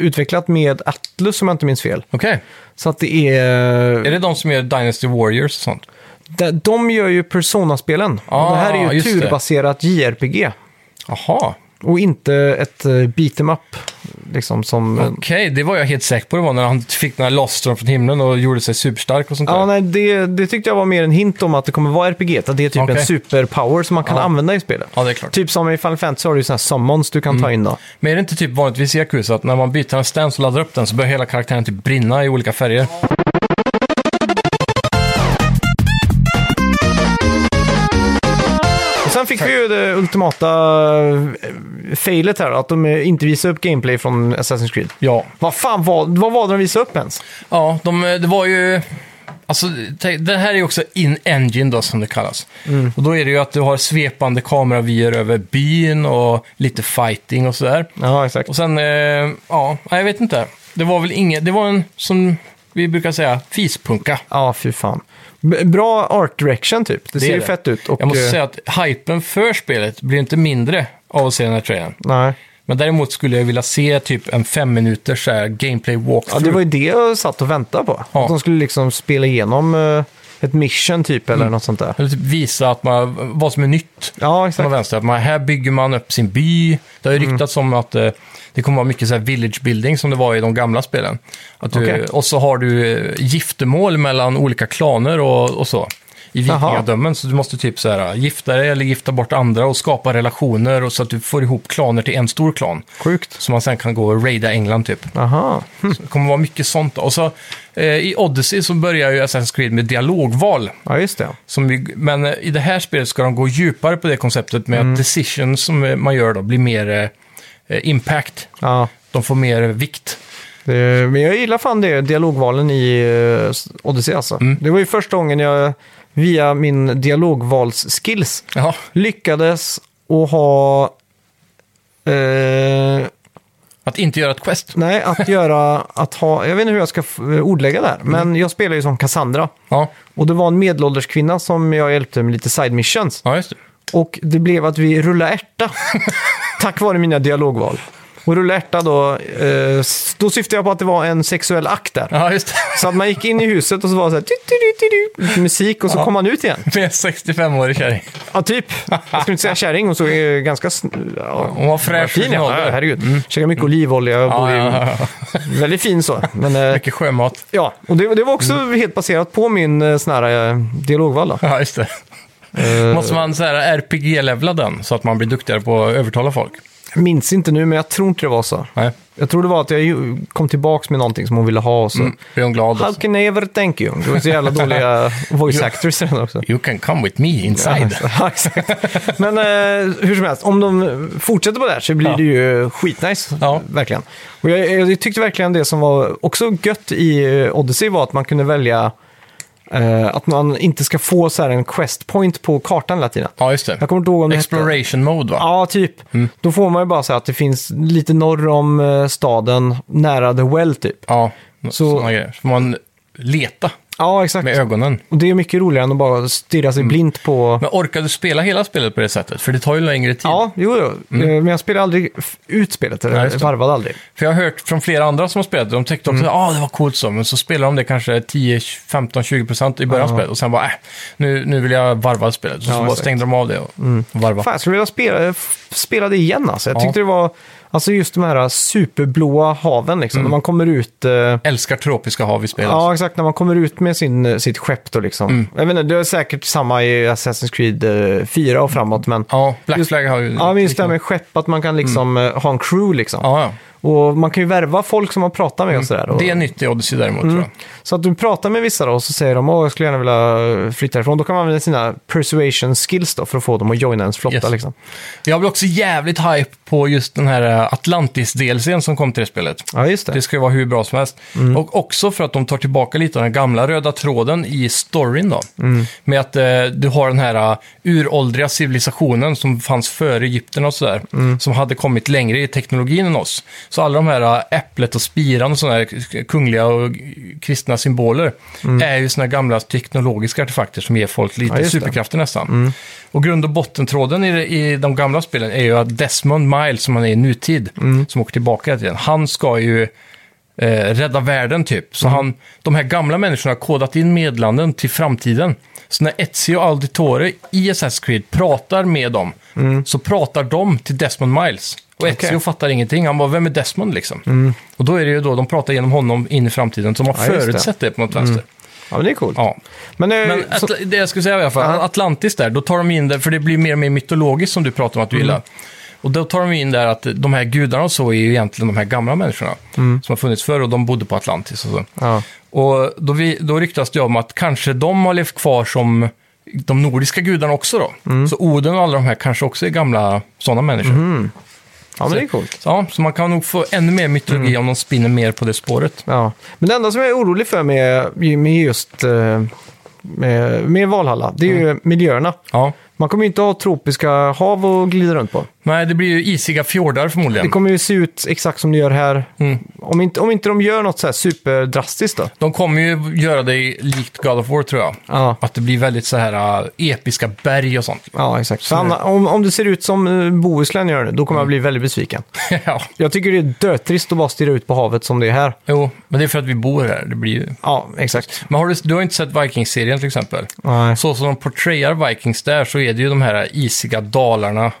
Speaker 3: utvecklat med Atlus om jag inte minns fel.
Speaker 2: Okej,
Speaker 3: Så att det är...
Speaker 2: är det de som gör Dynasty Warriors och sånt?
Speaker 3: De, de gör ju Persona-spelen.
Speaker 2: Ah,
Speaker 3: Och det här är ju
Speaker 2: just det.
Speaker 3: turbaserat JRPG.
Speaker 2: Jaha,
Speaker 3: Och inte ett eh, beat em up. Liksom som...
Speaker 2: okej, det var jag helt säker på det var när han fick den här lastron från himlen och gjorde sig superstark och sånt
Speaker 3: Ja,
Speaker 2: där.
Speaker 3: nej, det, det tyckte jag var mer en hint om att det kommer vara RPG. Att det är typ
Speaker 2: Okej.
Speaker 3: en superpower som man kan
Speaker 2: Ja.
Speaker 3: använda i spelet.
Speaker 2: Ja, det är klart. Mm.
Speaker 3: Typ som i Final Fantasy har du ju sådana här summons du kan ta in då.
Speaker 2: Men är det inte typ vanligtvis i Yakuza att när man byter en stance och laddar upp den så börjar hela karaktären typ brinna i olika färger?
Speaker 3: Och sen fick vi ju det ultimata eh, failet här, att de eh, inte visar upp gameplay från Assassin's Creed.
Speaker 2: Ja.
Speaker 3: Vad fan var, vad var det de visade upp ens?
Speaker 2: Ja, de, eh, det var ju... Alltså, tänk- det här är ju också in-engine då, som det kallas.
Speaker 3: Mm.
Speaker 2: Och då är det ju att du har svepande kameravyer över byn och lite fighting och sådär.
Speaker 3: Ja, exakt.
Speaker 2: Och sen, eh, ja, nej, jag vet inte. Det var väl inget, det var en, som vi brukar säga, fispunka.
Speaker 3: Ja, fy fan. B- bra art direction typ. Det, ser
Speaker 2: är
Speaker 3: ju
Speaker 2: det.
Speaker 3: fett ut. Och,
Speaker 2: Jag måste
Speaker 3: eh,
Speaker 2: säga att hypen för spelet blir inte mindre av att se den här trailern.
Speaker 3: Nej.
Speaker 2: Men däremot skulle jag vilja se typ en fem minuters så här gameplay
Speaker 3: Ja,
Speaker 2: walkthrough.
Speaker 3: det var ju det jag satt och väntade på.
Speaker 2: Ja.
Speaker 3: Att de skulle liksom spela igenom eh, ett mission typ eller något sånt där.
Speaker 2: Eller typ visa att man, vad som är nytt.
Speaker 3: Ja,
Speaker 2: Som
Speaker 3: exakt. Mm.
Speaker 2: har vänster, att man, här bygger man upp sin by. Det har ju ryktats om att eh, det kommer vara mycket så här village building som det var i de gamla spelen. Att du,
Speaker 3: Okej.
Speaker 2: Och så har du eh, giftermål mellan olika klaner och, och så. I
Speaker 3: Jaha.
Speaker 2: vikingadömen, så du måste typ så här, gifta dig eller gifta bort andra och skapa relationer och så att du får ihop klaner till en stor klan.
Speaker 3: Sjukt.
Speaker 2: Så man sen kan gå och raida England typ.
Speaker 3: Aha. Hm.
Speaker 2: Så det kommer vara mycket sånt. då. Och så, eh, I Odyssey så börjar ju Assassin's Creed med dialogval.
Speaker 3: Ja, just det.
Speaker 2: Som vi, men eh, i det här spelet ska de gå djupare på det konceptet med
Speaker 3: Mm.
Speaker 2: att decisions som eh, man gör då blir mer eh, eh, impact.
Speaker 3: Ja.
Speaker 2: De får mer vikt.
Speaker 3: Det, men jag gillar fan det, dialogvalen i eh, Odyssey alltså. Det var ju första gången jag via min dialogvalsskills
Speaker 2: Ja,
Speaker 3: lyckades att ha... Eh,
Speaker 2: att inte göra ett quest.
Speaker 3: nej, att göra... att ha, jag vet inte hur jag ska f- eh, ordlägga där, men jag spelar ju som Cassandra.
Speaker 2: Ja,
Speaker 3: Och det var en medelålders kvinna som jag hjälpte med lite side missions.
Speaker 2: ja just det.
Speaker 3: Och det blev att vi rullade ärta. tack vare mina dialogval. Och rulla ärta då, eh, s- då syftade jag på att det var en sexuell akt där.
Speaker 2: Ja, just det.
Speaker 3: Så att man gick in i huset och så var det så här, "Tu, tu, tu, tu, tu", lite musik och så kom man ut igen.
Speaker 2: Med en 65-årig kärring.
Speaker 3: Ja, typ. Jag skulle inte säga kärring, hon såg eh, ganska... sn- Ja,
Speaker 2: Hon var fräsch
Speaker 3: fin.
Speaker 2: för sin
Speaker 3: Ja,
Speaker 2: ålder.
Speaker 3: herregud. Käkade mycket olivolja och bor
Speaker 2: Ja,
Speaker 3: i-
Speaker 2: ja, ja.
Speaker 3: Väldigt fin så. Men, eh,
Speaker 2: Mycket sjömat.
Speaker 3: ja, och det, det var också helt baserat på min eh, sån här eh, dialogval då.
Speaker 2: Ja, just det.
Speaker 3: Eh.
Speaker 2: Måste man så här RPG-levla den så att man blir duktigare på att övertala folk?
Speaker 3: Minns inte nu, men jag tror inte det var så.
Speaker 2: Nej,
Speaker 3: Jag tror det var att jag ju- kom tillbaka med någonting som hon ville ha och så.
Speaker 2: blir hon glad?
Speaker 3: Mm. How
Speaker 2: Alltså.
Speaker 3: can I ever thank you? Det var så jävla dåliga voice actors redan också.
Speaker 2: You can come with me inside.
Speaker 3: Ja, exakt. Men eh, hur som helst, om de fortsätter på det här så blir
Speaker 2: Ja.
Speaker 3: det ju skitnice.
Speaker 2: Ja.
Speaker 3: Verkligen. Och jag, jag tyckte verkligen det som var också gött i eh, Odyssey var att man kunde välja eh, att man inte ska få så här en quest point på kartan hela tiden.
Speaker 2: Ja, just det.
Speaker 3: Jag kommer inte ihåg om det hette-
Speaker 2: Exploration Mm. mode, va?
Speaker 3: Ja, typ. Då får man ju bara säga att det finns lite norr om eh, staden, nära The Well typ.
Speaker 2: Ja,
Speaker 3: Så-
Speaker 2: sådana grejer. Så får man leta
Speaker 3: Ja, exakt.
Speaker 2: med Mm. ögonen.
Speaker 3: Och det är mycket roligare än att bara stirra sig blint på...
Speaker 2: Men orkar du spela hela spelet på det sättet? För det tar ju längre tid.
Speaker 3: Ja, jo, jo. Eh, Men jag spelade aldrig f- ut spelet,
Speaker 2: Nej,
Speaker 3: eller
Speaker 2: Mm. just det.
Speaker 3: varvade aldrig.
Speaker 2: För jag har hört från flera andra som har spelat det, de tyckte
Speaker 3: Mm.
Speaker 2: också att ah, det var coolt så, men så spelar de det kanske 10, 15, 20 procent i början av spelet och sen bara äh, nu, nu vill jag varva spelet. Och så
Speaker 3: Ja,
Speaker 2: bara
Speaker 3: exakt. Mm.
Speaker 2: stängde de av det och, och varva.
Speaker 3: Fan, jag skulle vilja spela, f- spela det igen alltså. Jag
Speaker 2: Ja.
Speaker 3: tyckte det var... Alltså just de här superblåa haven liksom,
Speaker 2: Mm.
Speaker 3: när man kommer ut... eh,
Speaker 2: Älskar tropiska hav i spelet.
Speaker 3: Ja, exakt. När man kommer ut med sin, eh, sitt skepp då liksom.
Speaker 2: Mm.
Speaker 3: Jag vet inte, det är säkert samma i Assassin's Creed eh, 4 och framåt, men...
Speaker 2: Ja, Black
Speaker 3: Just-
Speaker 2: Flag har ju...
Speaker 3: Ja, men just det här med skepp, att man kan liksom eh, ha en crew liksom.
Speaker 2: Mm. Ja, ja.
Speaker 3: Och man kan ju värva folk som man pratar med och sådär. Och,
Speaker 2: Det är nytt i Odyssey däremot
Speaker 3: Mm.
Speaker 2: tror jag.
Speaker 3: Så att du pratar med vissa då och så säger de åh jag skulle gärna vilja flytta härifrån. Då kan man använda sina persuasion skills då för att få dem att joina ens flotta
Speaker 2: Yes.
Speaker 3: liksom.
Speaker 2: Jag blir också jävligt hype på just den här eh, Atlantis-delsen som kom till det spelet.
Speaker 3: Ja, just det.
Speaker 2: Det ska ju vara hur bra som helst.
Speaker 3: Mm.
Speaker 2: Och också för att de tar tillbaka lite av den gamla röda tråden i storyn då.
Speaker 3: Mm.
Speaker 2: Med att eh, du har den här eh, uråldriga civilisationen som fanns före Egypten och sådär.
Speaker 3: Mm.
Speaker 2: Som hade kommit längre i teknologin än oss. Så alla de här eh, äpplet och spiran och sådana här kungliga och kristna symboler är ju sådana gamla teknologiska artefakter som ger folk lite
Speaker 3: Mm. Ja, just det.
Speaker 2: superkrafter nästan.
Speaker 3: Mm.
Speaker 2: Och grund och bottentråden i, det- i de gamla spelen är ju att Desmond Miles, som han är i nutid,
Speaker 3: Mm.
Speaker 2: som åker tillbaka hela tiden, han ska ju eh, rädda världen typ.
Speaker 3: Mm.
Speaker 2: Så han, de här gamla människorna har kodat in medlanden till framtiden. Så när Ezio Auditore i Assassin's Creed pratar med dem, så pratar de till Desmond Miles. Och Ezio
Speaker 3: Mm. Okej. Mm.
Speaker 2: fattar ingenting. Han bara, vem är Desmond liksom? Och då är det ju då de pratar genom honom in i framtiden. Så de har
Speaker 3: Ja, just det. Mm.
Speaker 2: förutsett det på något vänster.
Speaker 3: Ja, men det är coolt.
Speaker 2: Ja.
Speaker 3: Men, eh,
Speaker 2: Men
Speaker 3: så,
Speaker 2: Atla- det jag skulle säga i alla fall,
Speaker 3: Ja.
Speaker 2: Atlantis där, då tar de in det, för det blir mer och mer mytologiskt som du pratar om att du
Speaker 3: Mm.
Speaker 2: gillar. Och då tar de in där att de här gudarna och så är ju egentligen de här gamla människorna
Speaker 3: Mm.
Speaker 2: som har funnits förr och de bodde på Atlantis och så.
Speaker 3: ja.
Speaker 2: Och då, vi, då ryktas det om att kanske de har levt kvar som de nordiska gudarna också då.
Speaker 3: Mm.
Speaker 2: Så Oden och alla de här kanske också är gamla sådana människor.
Speaker 3: ja, men det är coolt.
Speaker 2: Så, ja, så man kan nog få ännu mer mytologi
Speaker 3: Mm.
Speaker 2: om de spinner mer på det spåret.
Speaker 3: Ja. Men det enda som jag är orolig för med, med just eh, med, med Valhalla, det är
Speaker 2: Mm.
Speaker 3: ju miljöerna.
Speaker 2: Ja.
Speaker 3: Man kommer ju inte ha tropiska hav och glida runt på.
Speaker 2: Nej, det blir ju isiga fjordar förmodligen.
Speaker 3: Det kommer ju se ut exakt som det gör här.
Speaker 2: Mm.
Speaker 3: Om, inte, om inte de gör något så här superdrastiskt då.
Speaker 2: De kommer ju göra det likt God of War tror jag.
Speaker 3: Ja.
Speaker 2: Att det blir väldigt så här äh, episka berg och sånt.
Speaker 3: Ja, exakt. För annars- om, om det ser ut som eh, Bohuslän gör nu, då kommer jag bli väldigt besviken.
Speaker 2: ja.
Speaker 3: Jag tycker det är dötrist att bara stirra ut på havet som det är här.
Speaker 2: Jo, men det är för att vi bor här. Det blir ju...
Speaker 3: Ja, exakt.
Speaker 2: Men har du, du har inte sett Vikings-serien till exempel?
Speaker 3: Nej.
Speaker 2: Så som de portrayar Vikings där så är det ju de här isiga dalarna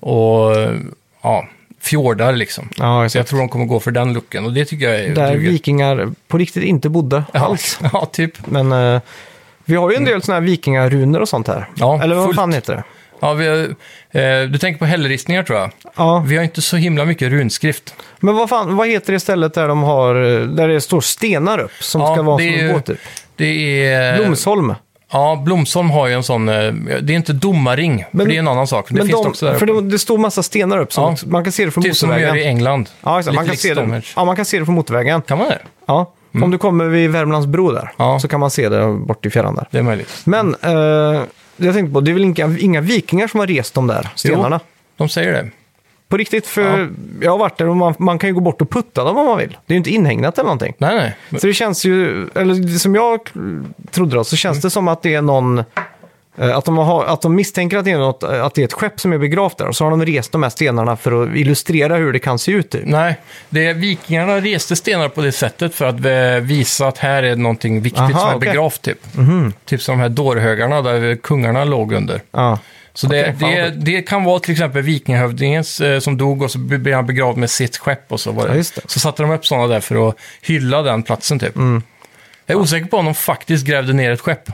Speaker 2: och äh, ja, fjordar liksom.
Speaker 3: Mm. Ja,
Speaker 2: Så jag
Speaker 3: exakt.
Speaker 2: tror de kommer gå för den looken och det tycker jag är...
Speaker 3: Där
Speaker 2: duger.
Speaker 3: vikingar på riktigt inte bodde
Speaker 2: ja,
Speaker 3: alls.
Speaker 2: ja, typ.
Speaker 3: Men eh, vi har ju en del sådana här vikingaruner och sånt här.
Speaker 2: Ja,
Speaker 3: Eller vad
Speaker 2: fullt.
Speaker 3: fan heter det?
Speaker 2: Ja, vi, har- eh, du tänker på hällristningar tror jag.
Speaker 3: Ja,
Speaker 2: Vi har inte så himla mycket runskrift.
Speaker 3: men vad fan, vad heter det stället där de har, eh, där det står stenar upp som
Speaker 2: Ja,
Speaker 3: ska vara
Speaker 2: det
Speaker 3: som
Speaker 2: är
Speaker 3: en
Speaker 2: ju- eh,
Speaker 3: båt typ?
Speaker 2: Det är...
Speaker 3: Blomsholm.
Speaker 2: Ja, Blomsholm har ju en sån, eh, det är inte domaring,
Speaker 3: Men-
Speaker 2: för det är en annan sak. Men det
Speaker 3: men
Speaker 2: finns
Speaker 3: de,
Speaker 2: det också där
Speaker 3: för
Speaker 2: uppe.
Speaker 3: det, det står massa stenar upp, som
Speaker 2: Ja.
Speaker 3: också- man kan se det från
Speaker 2: Typ som de gör
Speaker 3: motorvägen.
Speaker 2: i England.
Speaker 3: Ja, exakt.
Speaker 2: Lite
Speaker 3: Man kan,
Speaker 2: likt
Speaker 3: se det,
Speaker 2: Stonehenge.
Speaker 3: ja, man kan se det från motorvägen.
Speaker 2: Kan man det?
Speaker 3: Ja. Om du kommer vid Värmlands bro där
Speaker 2: Mm. Ja.
Speaker 3: så kan man se det bort i fjärran där.
Speaker 2: Det är möjligt.
Speaker 3: Men eh, jag tänkte på, det är väl inga, inga vikingar som har rest de där stenarna?
Speaker 2: De säger det.
Speaker 3: På riktigt, för
Speaker 2: Ja.
Speaker 3: jag har varit där och man, man kan ju gå bort och putta dem om man vill. Det är ju inte inhägnat eller någonting.
Speaker 2: Nej, nej. Men-
Speaker 3: Så det känns ju, eller som jag trodde då, så
Speaker 2: Mm.
Speaker 3: känns det som att det är någon, eh, att de, har, att de misstänker att det, är något, eh, att det är ett skepp som är begravt där. Och så har de rest de här stenarna för att illustrera hur det kan se ut. Typ.
Speaker 2: Nej, det, vikingarna reste stenar på det sättet för att eh, visa att här är någonting viktigt
Speaker 3: Aha,
Speaker 2: som är
Speaker 3: okej. Mhm.
Speaker 2: begravt. Typ. typ som de här dårhögarna där kungarna låg under.
Speaker 3: Ja.
Speaker 2: Så det,
Speaker 3: Okej, fan
Speaker 2: det,
Speaker 3: vad
Speaker 2: det kan vara till exempel vikingahövdingens eh, som dog och så blev han begravd med sitt skepp och så var det.
Speaker 3: Ja, just det. Mm.
Speaker 2: Så satte de upp sådana där för att hylla den platsen typ. Jag är osäker på om de faktiskt grävde ner ett skepp.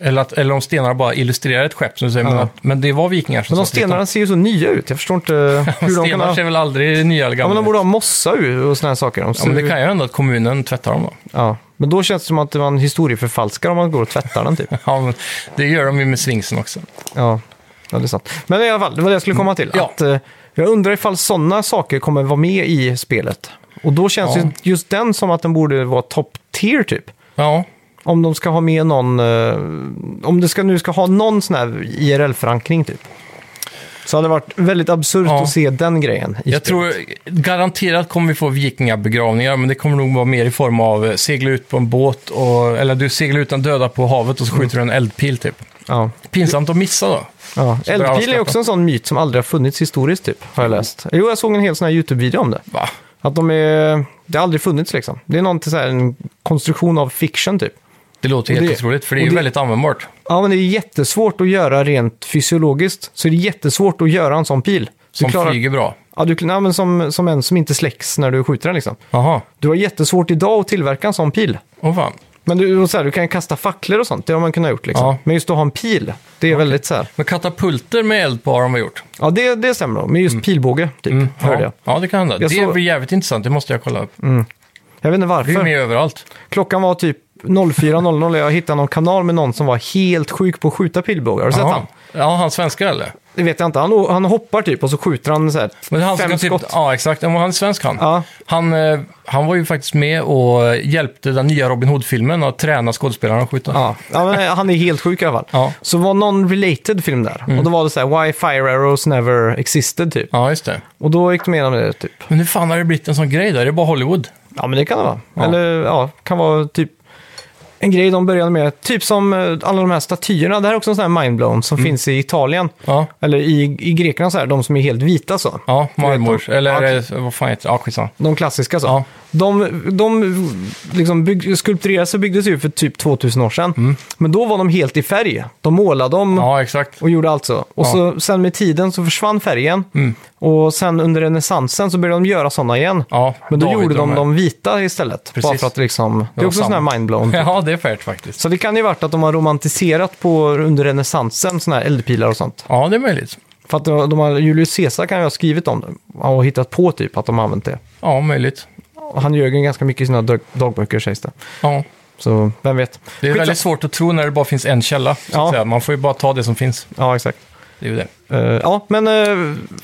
Speaker 2: Eller, att, eller om stenarna bara illustrerar ett skepp. Som du säger, men,
Speaker 3: Mm. Ja.
Speaker 2: att, men det var vikingar som
Speaker 3: Men de
Speaker 2: satt dit dem.
Speaker 3: stenarna ser ju så nya ut. Jag förstår inte hur de kan
Speaker 2: Stenar
Speaker 3: ha...
Speaker 2: ser väl aldrig nya eller
Speaker 3: Ja, men
Speaker 2: gamla
Speaker 3: de
Speaker 2: ut?
Speaker 3: borde ha mossa ur och såna här saker. De
Speaker 2: ja, men
Speaker 3: ser
Speaker 2: Det
Speaker 3: ju-
Speaker 2: kan ju hända att kommunen tvättar dem då.
Speaker 3: ja. men då känns det som att man historieförfalskar om man går och tvättar den typ.
Speaker 2: Ja, men det gör de ju med svingsen också.
Speaker 3: Ja. ja, det är sant. Men i alla fall, det var det jag skulle komma till.
Speaker 2: Ja.
Speaker 3: Att, eh, jag undrar ifall sådana saker kommer vara med i spelet. Och då känns
Speaker 2: Ja.
Speaker 3: ju just den som att den borde vara top tier typ.
Speaker 2: Ja,
Speaker 3: Om de ska ha med någon, eh, om det ska, nu ska ha någon sån här IRL-förankring typ. Så hade det varit väldigt absurt
Speaker 2: Ja.
Speaker 3: att se den grejen. i
Speaker 2: jag
Speaker 3: spelet.
Speaker 2: tror garanterat kommer vi få vikingabegravningar, men det kommer nog vara mer i form av eh, segla ut på en båt, och, eller du seglar ut den döda på havet och så
Speaker 3: Mm.
Speaker 2: skjuter du en eldpil typ.
Speaker 3: Ja.
Speaker 2: Pinsamt att missa då.
Speaker 3: Ja.
Speaker 2: börjar alla
Speaker 3: Eldpil är
Speaker 2: skratta.
Speaker 3: också en sån myt som aldrig har funnits historiskt typ, har jag läst. Jo, jag såg en hel sån här YouTube-video om det.
Speaker 2: Va?
Speaker 3: Att de är... Det har aldrig funnits liksom. Det är någon så här, en konstruktion av fiction typ.
Speaker 2: Det låter
Speaker 3: Och
Speaker 2: helt
Speaker 3: det-
Speaker 2: otroligt, för det är
Speaker 3: och
Speaker 2: ju
Speaker 3: det-
Speaker 2: väldigt användbart.
Speaker 3: Ja, men det är jättesvårt att göra rent fysiologiskt. Så det är jättesvårt att göra en sån pil. Du
Speaker 2: Som
Speaker 3: klarar-
Speaker 2: flyger bra.
Speaker 3: Ja, du, ja, men som, som en som inte släcks när du skjuter den liksom.
Speaker 2: Jaha,
Speaker 3: Du har jättesvårt idag att tillverka en sån pil.
Speaker 2: åh fan.
Speaker 3: Men du, och så här, du kan kasta facklor och sånt, det har man kunnat gjort liksom.
Speaker 2: Ja.
Speaker 3: Men just att ha en pil, det är väldigt så här.
Speaker 2: Men katapulter med eld på har de gjort.
Speaker 3: Ja, det, det stämmer nog. Men just pilbåge, typ, hörde
Speaker 2: Mm. ja.
Speaker 3: jag.
Speaker 2: ja, det kan hända.
Speaker 3: Jag
Speaker 2: det
Speaker 3: såg- Mm.
Speaker 2: blir jävligt intressant, det måste jag kolla upp.
Speaker 3: Jag vet inte
Speaker 2: Det är ju
Speaker 3: varför.
Speaker 2: med överallt.
Speaker 3: Klockan var typ 04.00 och jag hittade någon kanal med någon som var helt sjuk på att skjuta pilbågar. Har du sett
Speaker 2: Ja.
Speaker 3: han?
Speaker 2: Ja, han svenska eller?
Speaker 3: Det vet jag inte. Han, han hoppar typ och så skjuter han så här
Speaker 2: Men han ska
Speaker 3: fem
Speaker 2: typ,
Speaker 3: skott.
Speaker 2: ja, exakt. Ja, men Han är svensk han.
Speaker 3: Ja.
Speaker 2: Han, eh, han var ju faktiskt med och hjälpte den nya Robin Hood-filmen att träna skådespelarna att skjuta.
Speaker 3: Ja. ja, men han är helt sjuk i alla fall.
Speaker 2: Ja. Mm.
Speaker 3: Så var någon related film där. Och då var det så här, why fire arrows never existed typ.
Speaker 2: Ja, just det.
Speaker 3: Och då gick de igenom det typ.
Speaker 2: Men hur fan har det blivit en sån grej där? Det är bara Hollywood.
Speaker 3: Ja, men det kan det vara.
Speaker 2: Ja.
Speaker 3: Eller ja, kan vara typ en grej de började med. Typ som eh, alla de här statyerna. Det här är också en sån här mindblown som finns i Italien.
Speaker 2: Mm. Ja,
Speaker 3: Eller i, i Grekland så här, de som är helt vita så.
Speaker 2: ja
Speaker 3: vet
Speaker 2: marmor.
Speaker 3: de.
Speaker 2: Eller
Speaker 3: Ja,
Speaker 2: eh, vad fan heter det? Ja, skitsamma.
Speaker 3: De klassiska så.
Speaker 2: Ja.
Speaker 3: De, de liksom bygg, skulpturerades och byggdes ju för typ 2000 år sedan. Men då var de helt i färg. De målade dem
Speaker 2: Mm. Ja, exakt.
Speaker 3: och gjorde allt så. Och
Speaker 2: Ja. Mm.
Speaker 3: så, sen med tiden så försvann färgen. Och sen under renässansen så började de göra sådana igen.
Speaker 2: Ja,
Speaker 3: Men då
Speaker 2: David
Speaker 3: gjorde
Speaker 2: och
Speaker 3: de
Speaker 2: här.
Speaker 3: dem vita istället. Bara
Speaker 2: Precis.
Speaker 3: för att liksom, det är
Speaker 2: var
Speaker 3: också en sån
Speaker 2: samma.
Speaker 3: här mindblown.
Speaker 2: Ja, det är fairt faktiskt.
Speaker 3: Så det kan ju varit att de har romantiserat på under renässansen sådana här eldpilar och sånt.
Speaker 2: Ja, det är möjligt.
Speaker 3: För att de, de har, Julius Caesar kan ju ha skrivit om det och hittat på typ att de har använt det.
Speaker 2: Ja, möjligt.
Speaker 3: Och han ljög ju ganska mycket i sina dag, dagböcker sägs det.
Speaker 2: Ja.
Speaker 3: Så vem vet.
Speaker 2: Det är
Speaker 3: Skitsam-
Speaker 2: väldigt svårt att tro när det bara finns en källa. Så
Speaker 3: Ja.
Speaker 2: att säga. Man får ju bara ta det som finns.
Speaker 3: Ja, exakt.
Speaker 2: Det är ju det.
Speaker 3: Eh, ja, men eh,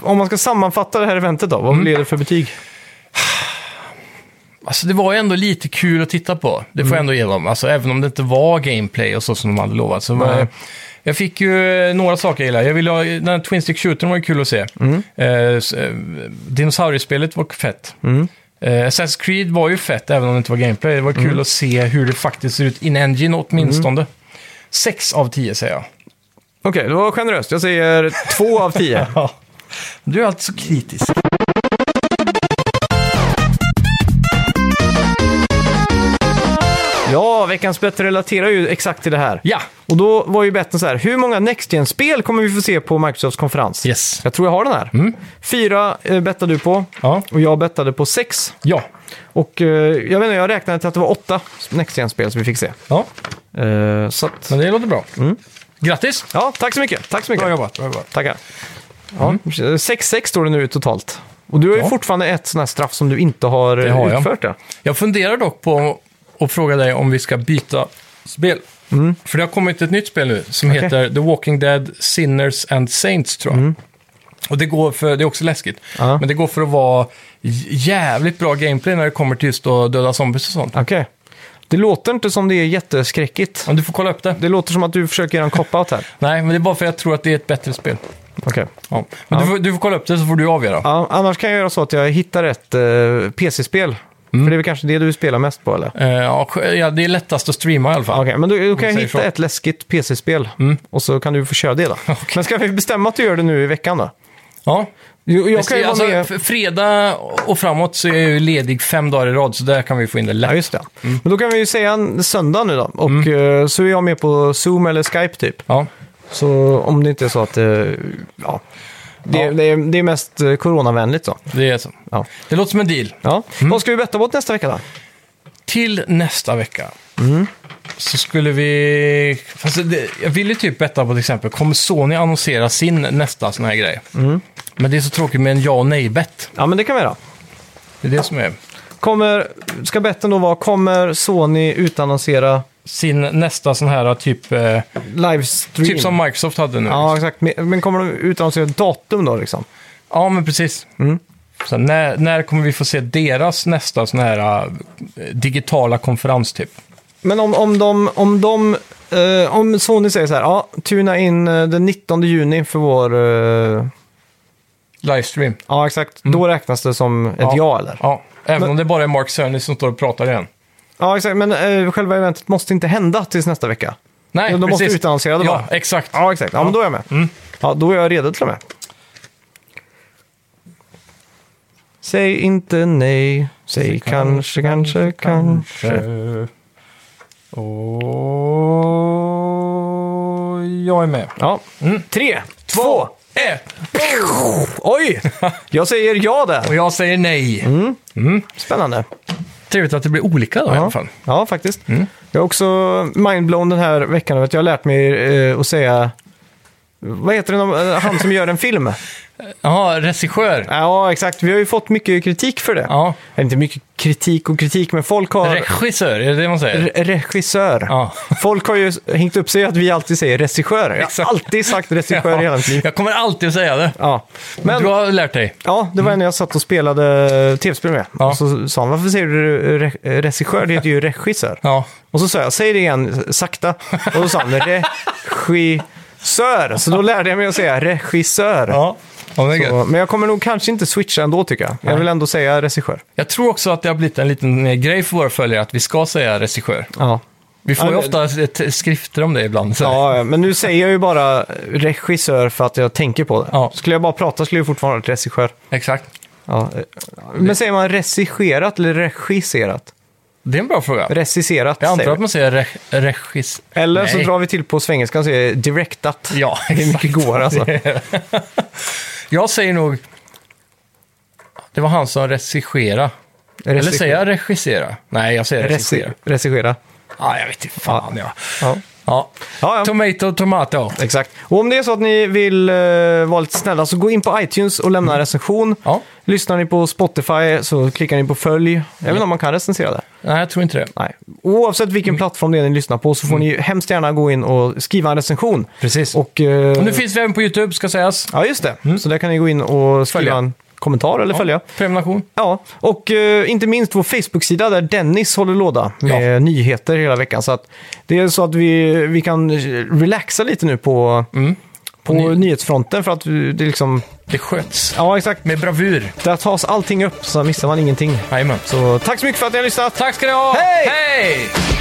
Speaker 3: om man ska sammanfatta det här eventet då, vad blir det för betyg?
Speaker 2: Alltså det var ju ändå lite kul att titta på. Det får jag ändå ge dem. Alltså även om det inte var gameplay och så som de hade lovat. Så var,
Speaker 3: Nej.
Speaker 2: jag fick ju eh, några saker jag gillade. Jag ville ha, den här Twin Stick Shootern var ju kul att se. Eh, s- eh, Dinosauriespelet var fett. Eh, Assassin's Creed var ju fett även om det inte var gameplay. Det var kul att se hur det faktiskt ser ut in engine åtminstone. sex 6 av 10 säger jag.
Speaker 3: Okej, det var generöst. Jag säger två av tio.
Speaker 2: Du är alltid så kritisk.
Speaker 3: ja, veckans bett relaterar ju exakt till det här.
Speaker 2: Ja,
Speaker 3: Och då var ju betten så här, hur många Next Gen-spel kommer vi få se på Microsofts konferens?
Speaker 2: Yes.
Speaker 3: Jag tror jag har den här. Fyra eh, bettade du på
Speaker 2: ja,
Speaker 3: och jag bettade på sex.
Speaker 2: ja.
Speaker 3: Och eh, jag vet inte, jag räknade till att det var åtta Next Gen-spel som vi fick se.
Speaker 2: ja.
Speaker 3: Eh, så att,
Speaker 2: Men det låter bra. Grattis!
Speaker 3: ja, tack så mycket. Tack så mycket.
Speaker 2: Mm. Bra jobbat, bra jobbat.
Speaker 3: Tackar. Ja, 6-6 står det nu totalt. Och du har ju
Speaker 2: Ja.
Speaker 3: fortfarande ett sånt här straff som du inte har, eh,
Speaker 2: har jag. Mm.
Speaker 3: utfört. Ja.
Speaker 2: Jag funderar dock på att fråga dig om vi ska byta spel.
Speaker 3: Mm.
Speaker 2: För det har kommit ett nytt spel nu som heter The Walking Dead Sinners and Saints, tror jag. Och det går för, det är också läskigt,
Speaker 3: Mm. Ja.
Speaker 2: men det går för att vara j- jävligt bra gameplay när det kommer till just att döda zombies och sånt.
Speaker 3: Okej. Det låter inte som det är jätteskräckigt.
Speaker 2: Men du får kolla upp det.
Speaker 3: Det låter som att du försöker göra en cop-out här.
Speaker 2: Nej, men det är bara för att jag tror att det är ett bättre spel.
Speaker 3: Okej.
Speaker 2: Ja. Men Du, får, du får kolla upp det så får du avgöra.
Speaker 3: Ja, annars kan jag göra så att jag hittar ett eh, PC-spel.
Speaker 2: Mm.
Speaker 3: För det är väl kanske det du spelar mest på, eller?
Speaker 2: Eh, ja, sj- ja, det är lättast att streama i alla fall.
Speaker 3: Okej, men då, då kan jag
Speaker 2: säger
Speaker 3: hitta
Speaker 2: så. Mm.
Speaker 3: ett läskigt PC-spel. Och så kan du få köra det då. Men ska vi bestämma att du gör det nu i veckan då?
Speaker 2: Ja.
Speaker 3: Jo, jag
Speaker 2: Jag
Speaker 3: kan ju vara
Speaker 2: alltså,
Speaker 3: med...
Speaker 2: f- Fredag och framåt så är jag ju ledig fem dagar i rad, så där kan vi få in det lätt.
Speaker 3: Ja, just det. Men då kan vi ju säga en söndag nu då. Och
Speaker 2: Mm.
Speaker 3: eh, så är jag med på Zoom eller Skype typ.
Speaker 2: Ja.
Speaker 3: Så om det inte är så att... eh, ja. Det,
Speaker 2: Ja.
Speaker 3: Det, är, det är mest eh, coronavänligt så.
Speaker 2: Det är så.
Speaker 3: Ja.
Speaker 2: Det låter som en deal.
Speaker 3: Ja. Vad ska vi betta mot nästa vecka då?
Speaker 2: Till nästa vecka
Speaker 3: Mm.
Speaker 2: så skulle vi... Fast det, jag ville ju typ betta på till exempel, kommer Sony annonsera sin nästa sån här grej?
Speaker 3: Mm.
Speaker 2: Men det är så tråkigt med en ja och nej-bett.
Speaker 3: Ja, men det kan vi göra.
Speaker 2: Det är det som är.
Speaker 3: Kommer, ska betten då vara, kommer Sony utannonsera
Speaker 2: Sin nästa sån här typ... Eh,
Speaker 3: livestream?
Speaker 2: typ som Microsoft hade nu.
Speaker 3: Ja, exakt. Men men kommer de utannonsera datum då liksom?
Speaker 2: Ja, men precis.
Speaker 3: Mm.
Speaker 2: Så när, när kommer vi få se deras nästa sån här eh, digitala konferens typ?
Speaker 3: Men om, om de, om de, eh, om Sony säger så här, ja, tuna in eh, den 19 juni för vår, eh,
Speaker 2: Livestream.
Speaker 3: ja exakt, då räknas det som ett Mm. ja, eller?
Speaker 2: Ja, även
Speaker 3: Men-
Speaker 2: om det bara är Mark Cerny som står och pratar igen.
Speaker 3: Ja, exakt, men eh, själva eventet måste inte hända tills nästa vecka.
Speaker 2: Nej,
Speaker 3: Ja, de måste
Speaker 2: precis.
Speaker 3: utannonsera det
Speaker 2: Ja,
Speaker 3: bara.
Speaker 2: exakt.
Speaker 3: Ja, exakt, Mm. ja, men då är jag med. Ja, då är jag redo till och med. Säg inte nej, säg kanske, kanske, kanske.
Speaker 2: Och jag är med.
Speaker 3: Ja, tre, Mm. två,
Speaker 2: Mm, ett!
Speaker 3: oj! Jag säger ja där.
Speaker 2: Och jag säger nej.
Speaker 3: Spännande.
Speaker 2: Trevligt att det blir olika då i alla fall.
Speaker 3: Mm. ja Mm. faktiskt. Jag är också mindblown den här veckan över att jag har lärt mig eh, att säga... Vad heter det, eh, han som gör en film?
Speaker 2: Jaha, regissör.
Speaker 3: Ja, exakt. Vi har ju fått mycket kritik för det.
Speaker 2: Ja.
Speaker 3: Eller Inte mycket kritik och kritik, men folk har...
Speaker 2: Regissör, är det det man säger?
Speaker 3: Re- regissör.
Speaker 2: Ja.
Speaker 3: Folk har ju hängt upp sig i att vi alltid säger regissör. Jag har
Speaker 2: Exakt.
Speaker 3: alltid sagt regissör i hela mitt liv.
Speaker 2: Jag kommer alltid att säga det.
Speaker 3: Ja. Men,
Speaker 2: Du har lärt dig.
Speaker 3: ja, det var en jag satt och spelade tv-spel med.
Speaker 2: Ja.
Speaker 3: Och så sa han, varför säger du re- regissör? Det heter ju regissör.
Speaker 2: Ja.
Speaker 3: Och så sa jag, säg det igen sakta. Och då sa han regissör. Så då lärde jag mig att säga regissör.
Speaker 2: Ja. men det är gött.
Speaker 3: Så, men jag kommer nog kanske inte switcha ändå tycker jag. Jag vill ändå säga regissör.
Speaker 2: Jag tror också att det har blivit en liten eh, grej för våra följare att vi ska säga regissör.
Speaker 3: Ja.
Speaker 2: Vi får
Speaker 3: Ja,
Speaker 2: ju
Speaker 3: men-
Speaker 2: ofta eh, t- skrifter om det ibland. Så.
Speaker 3: ja, men nu säger jag ju bara regissör för att jag tänker på det.
Speaker 2: Ja.
Speaker 3: Skulle jag bara prata skulle jag fortfarande ha varit regissör.
Speaker 2: Exakt.
Speaker 3: Ja. eh, Men säger man regisserat eller regisserat?
Speaker 2: Det är en bra fråga.
Speaker 3: Regisserat
Speaker 2: Jag antar
Speaker 3: säger
Speaker 2: att
Speaker 3: vi.
Speaker 2: man säger re- regis...
Speaker 3: Eller så
Speaker 2: Nej.
Speaker 3: drar vi till på svengelskan och säger direktat.
Speaker 2: Ja,
Speaker 3: det är mycket
Speaker 2: exakt.
Speaker 3: går alltså.
Speaker 2: Jag säger nog... Det var han som regisserade. Eller säger jag regissera? Nej, jag säger regissera.
Speaker 3: Regi- Regissera.
Speaker 2: Ja, jag vet inte fan ja.
Speaker 3: Ja.
Speaker 2: ja.
Speaker 3: Ja, ja.
Speaker 2: Tomato, tomato.
Speaker 3: Exakt. Och om det är så att ni vill eh, vara lite snälla så gå in på iTunes och lämna en recension.
Speaker 2: Mm. Ja.
Speaker 3: Lyssnar ni på Spotify så klickar ni på följ. Jag vet inte om man kan recensera där.
Speaker 2: Nej, jag tror inte det.
Speaker 3: Nej. Oavsett
Speaker 2: Mm.
Speaker 3: vilken plattform det är ni lyssnar på så får ni ju hemskt gärna gå in och skriva en recension.
Speaker 2: Precis.
Speaker 3: Och, eh,
Speaker 2: Och nu finns vi även på YouTube, ska sägas.
Speaker 3: Ja, just det. Så där kan ni gå in och skriva
Speaker 2: Följa.
Speaker 3: en kommentar eller följa.
Speaker 2: Prenumeration.
Speaker 3: Ja, och eh, inte minst vår Facebook-sida där Dennis håller låda med nyheter hela veckan. Så att det är så att vi, vi kan relaxa lite nu på,
Speaker 2: Mm.
Speaker 3: på
Speaker 2: Ny-
Speaker 3: nyhetsfronten för att vi- det är liksom...
Speaker 2: Det sköts.
Speaker 3: Ja, exakt.
Speaker 2: Med bravur.
Speaker 3: Där tas allting upp så missar man ingenting.
Speaker 2: Jajamän.
Speaker 3: Så tack så mycket för att ni har lyssnat.
Speaker 2: Tack ska ni ha!
Speaker 3: Hej!
Speaker 2: Hej!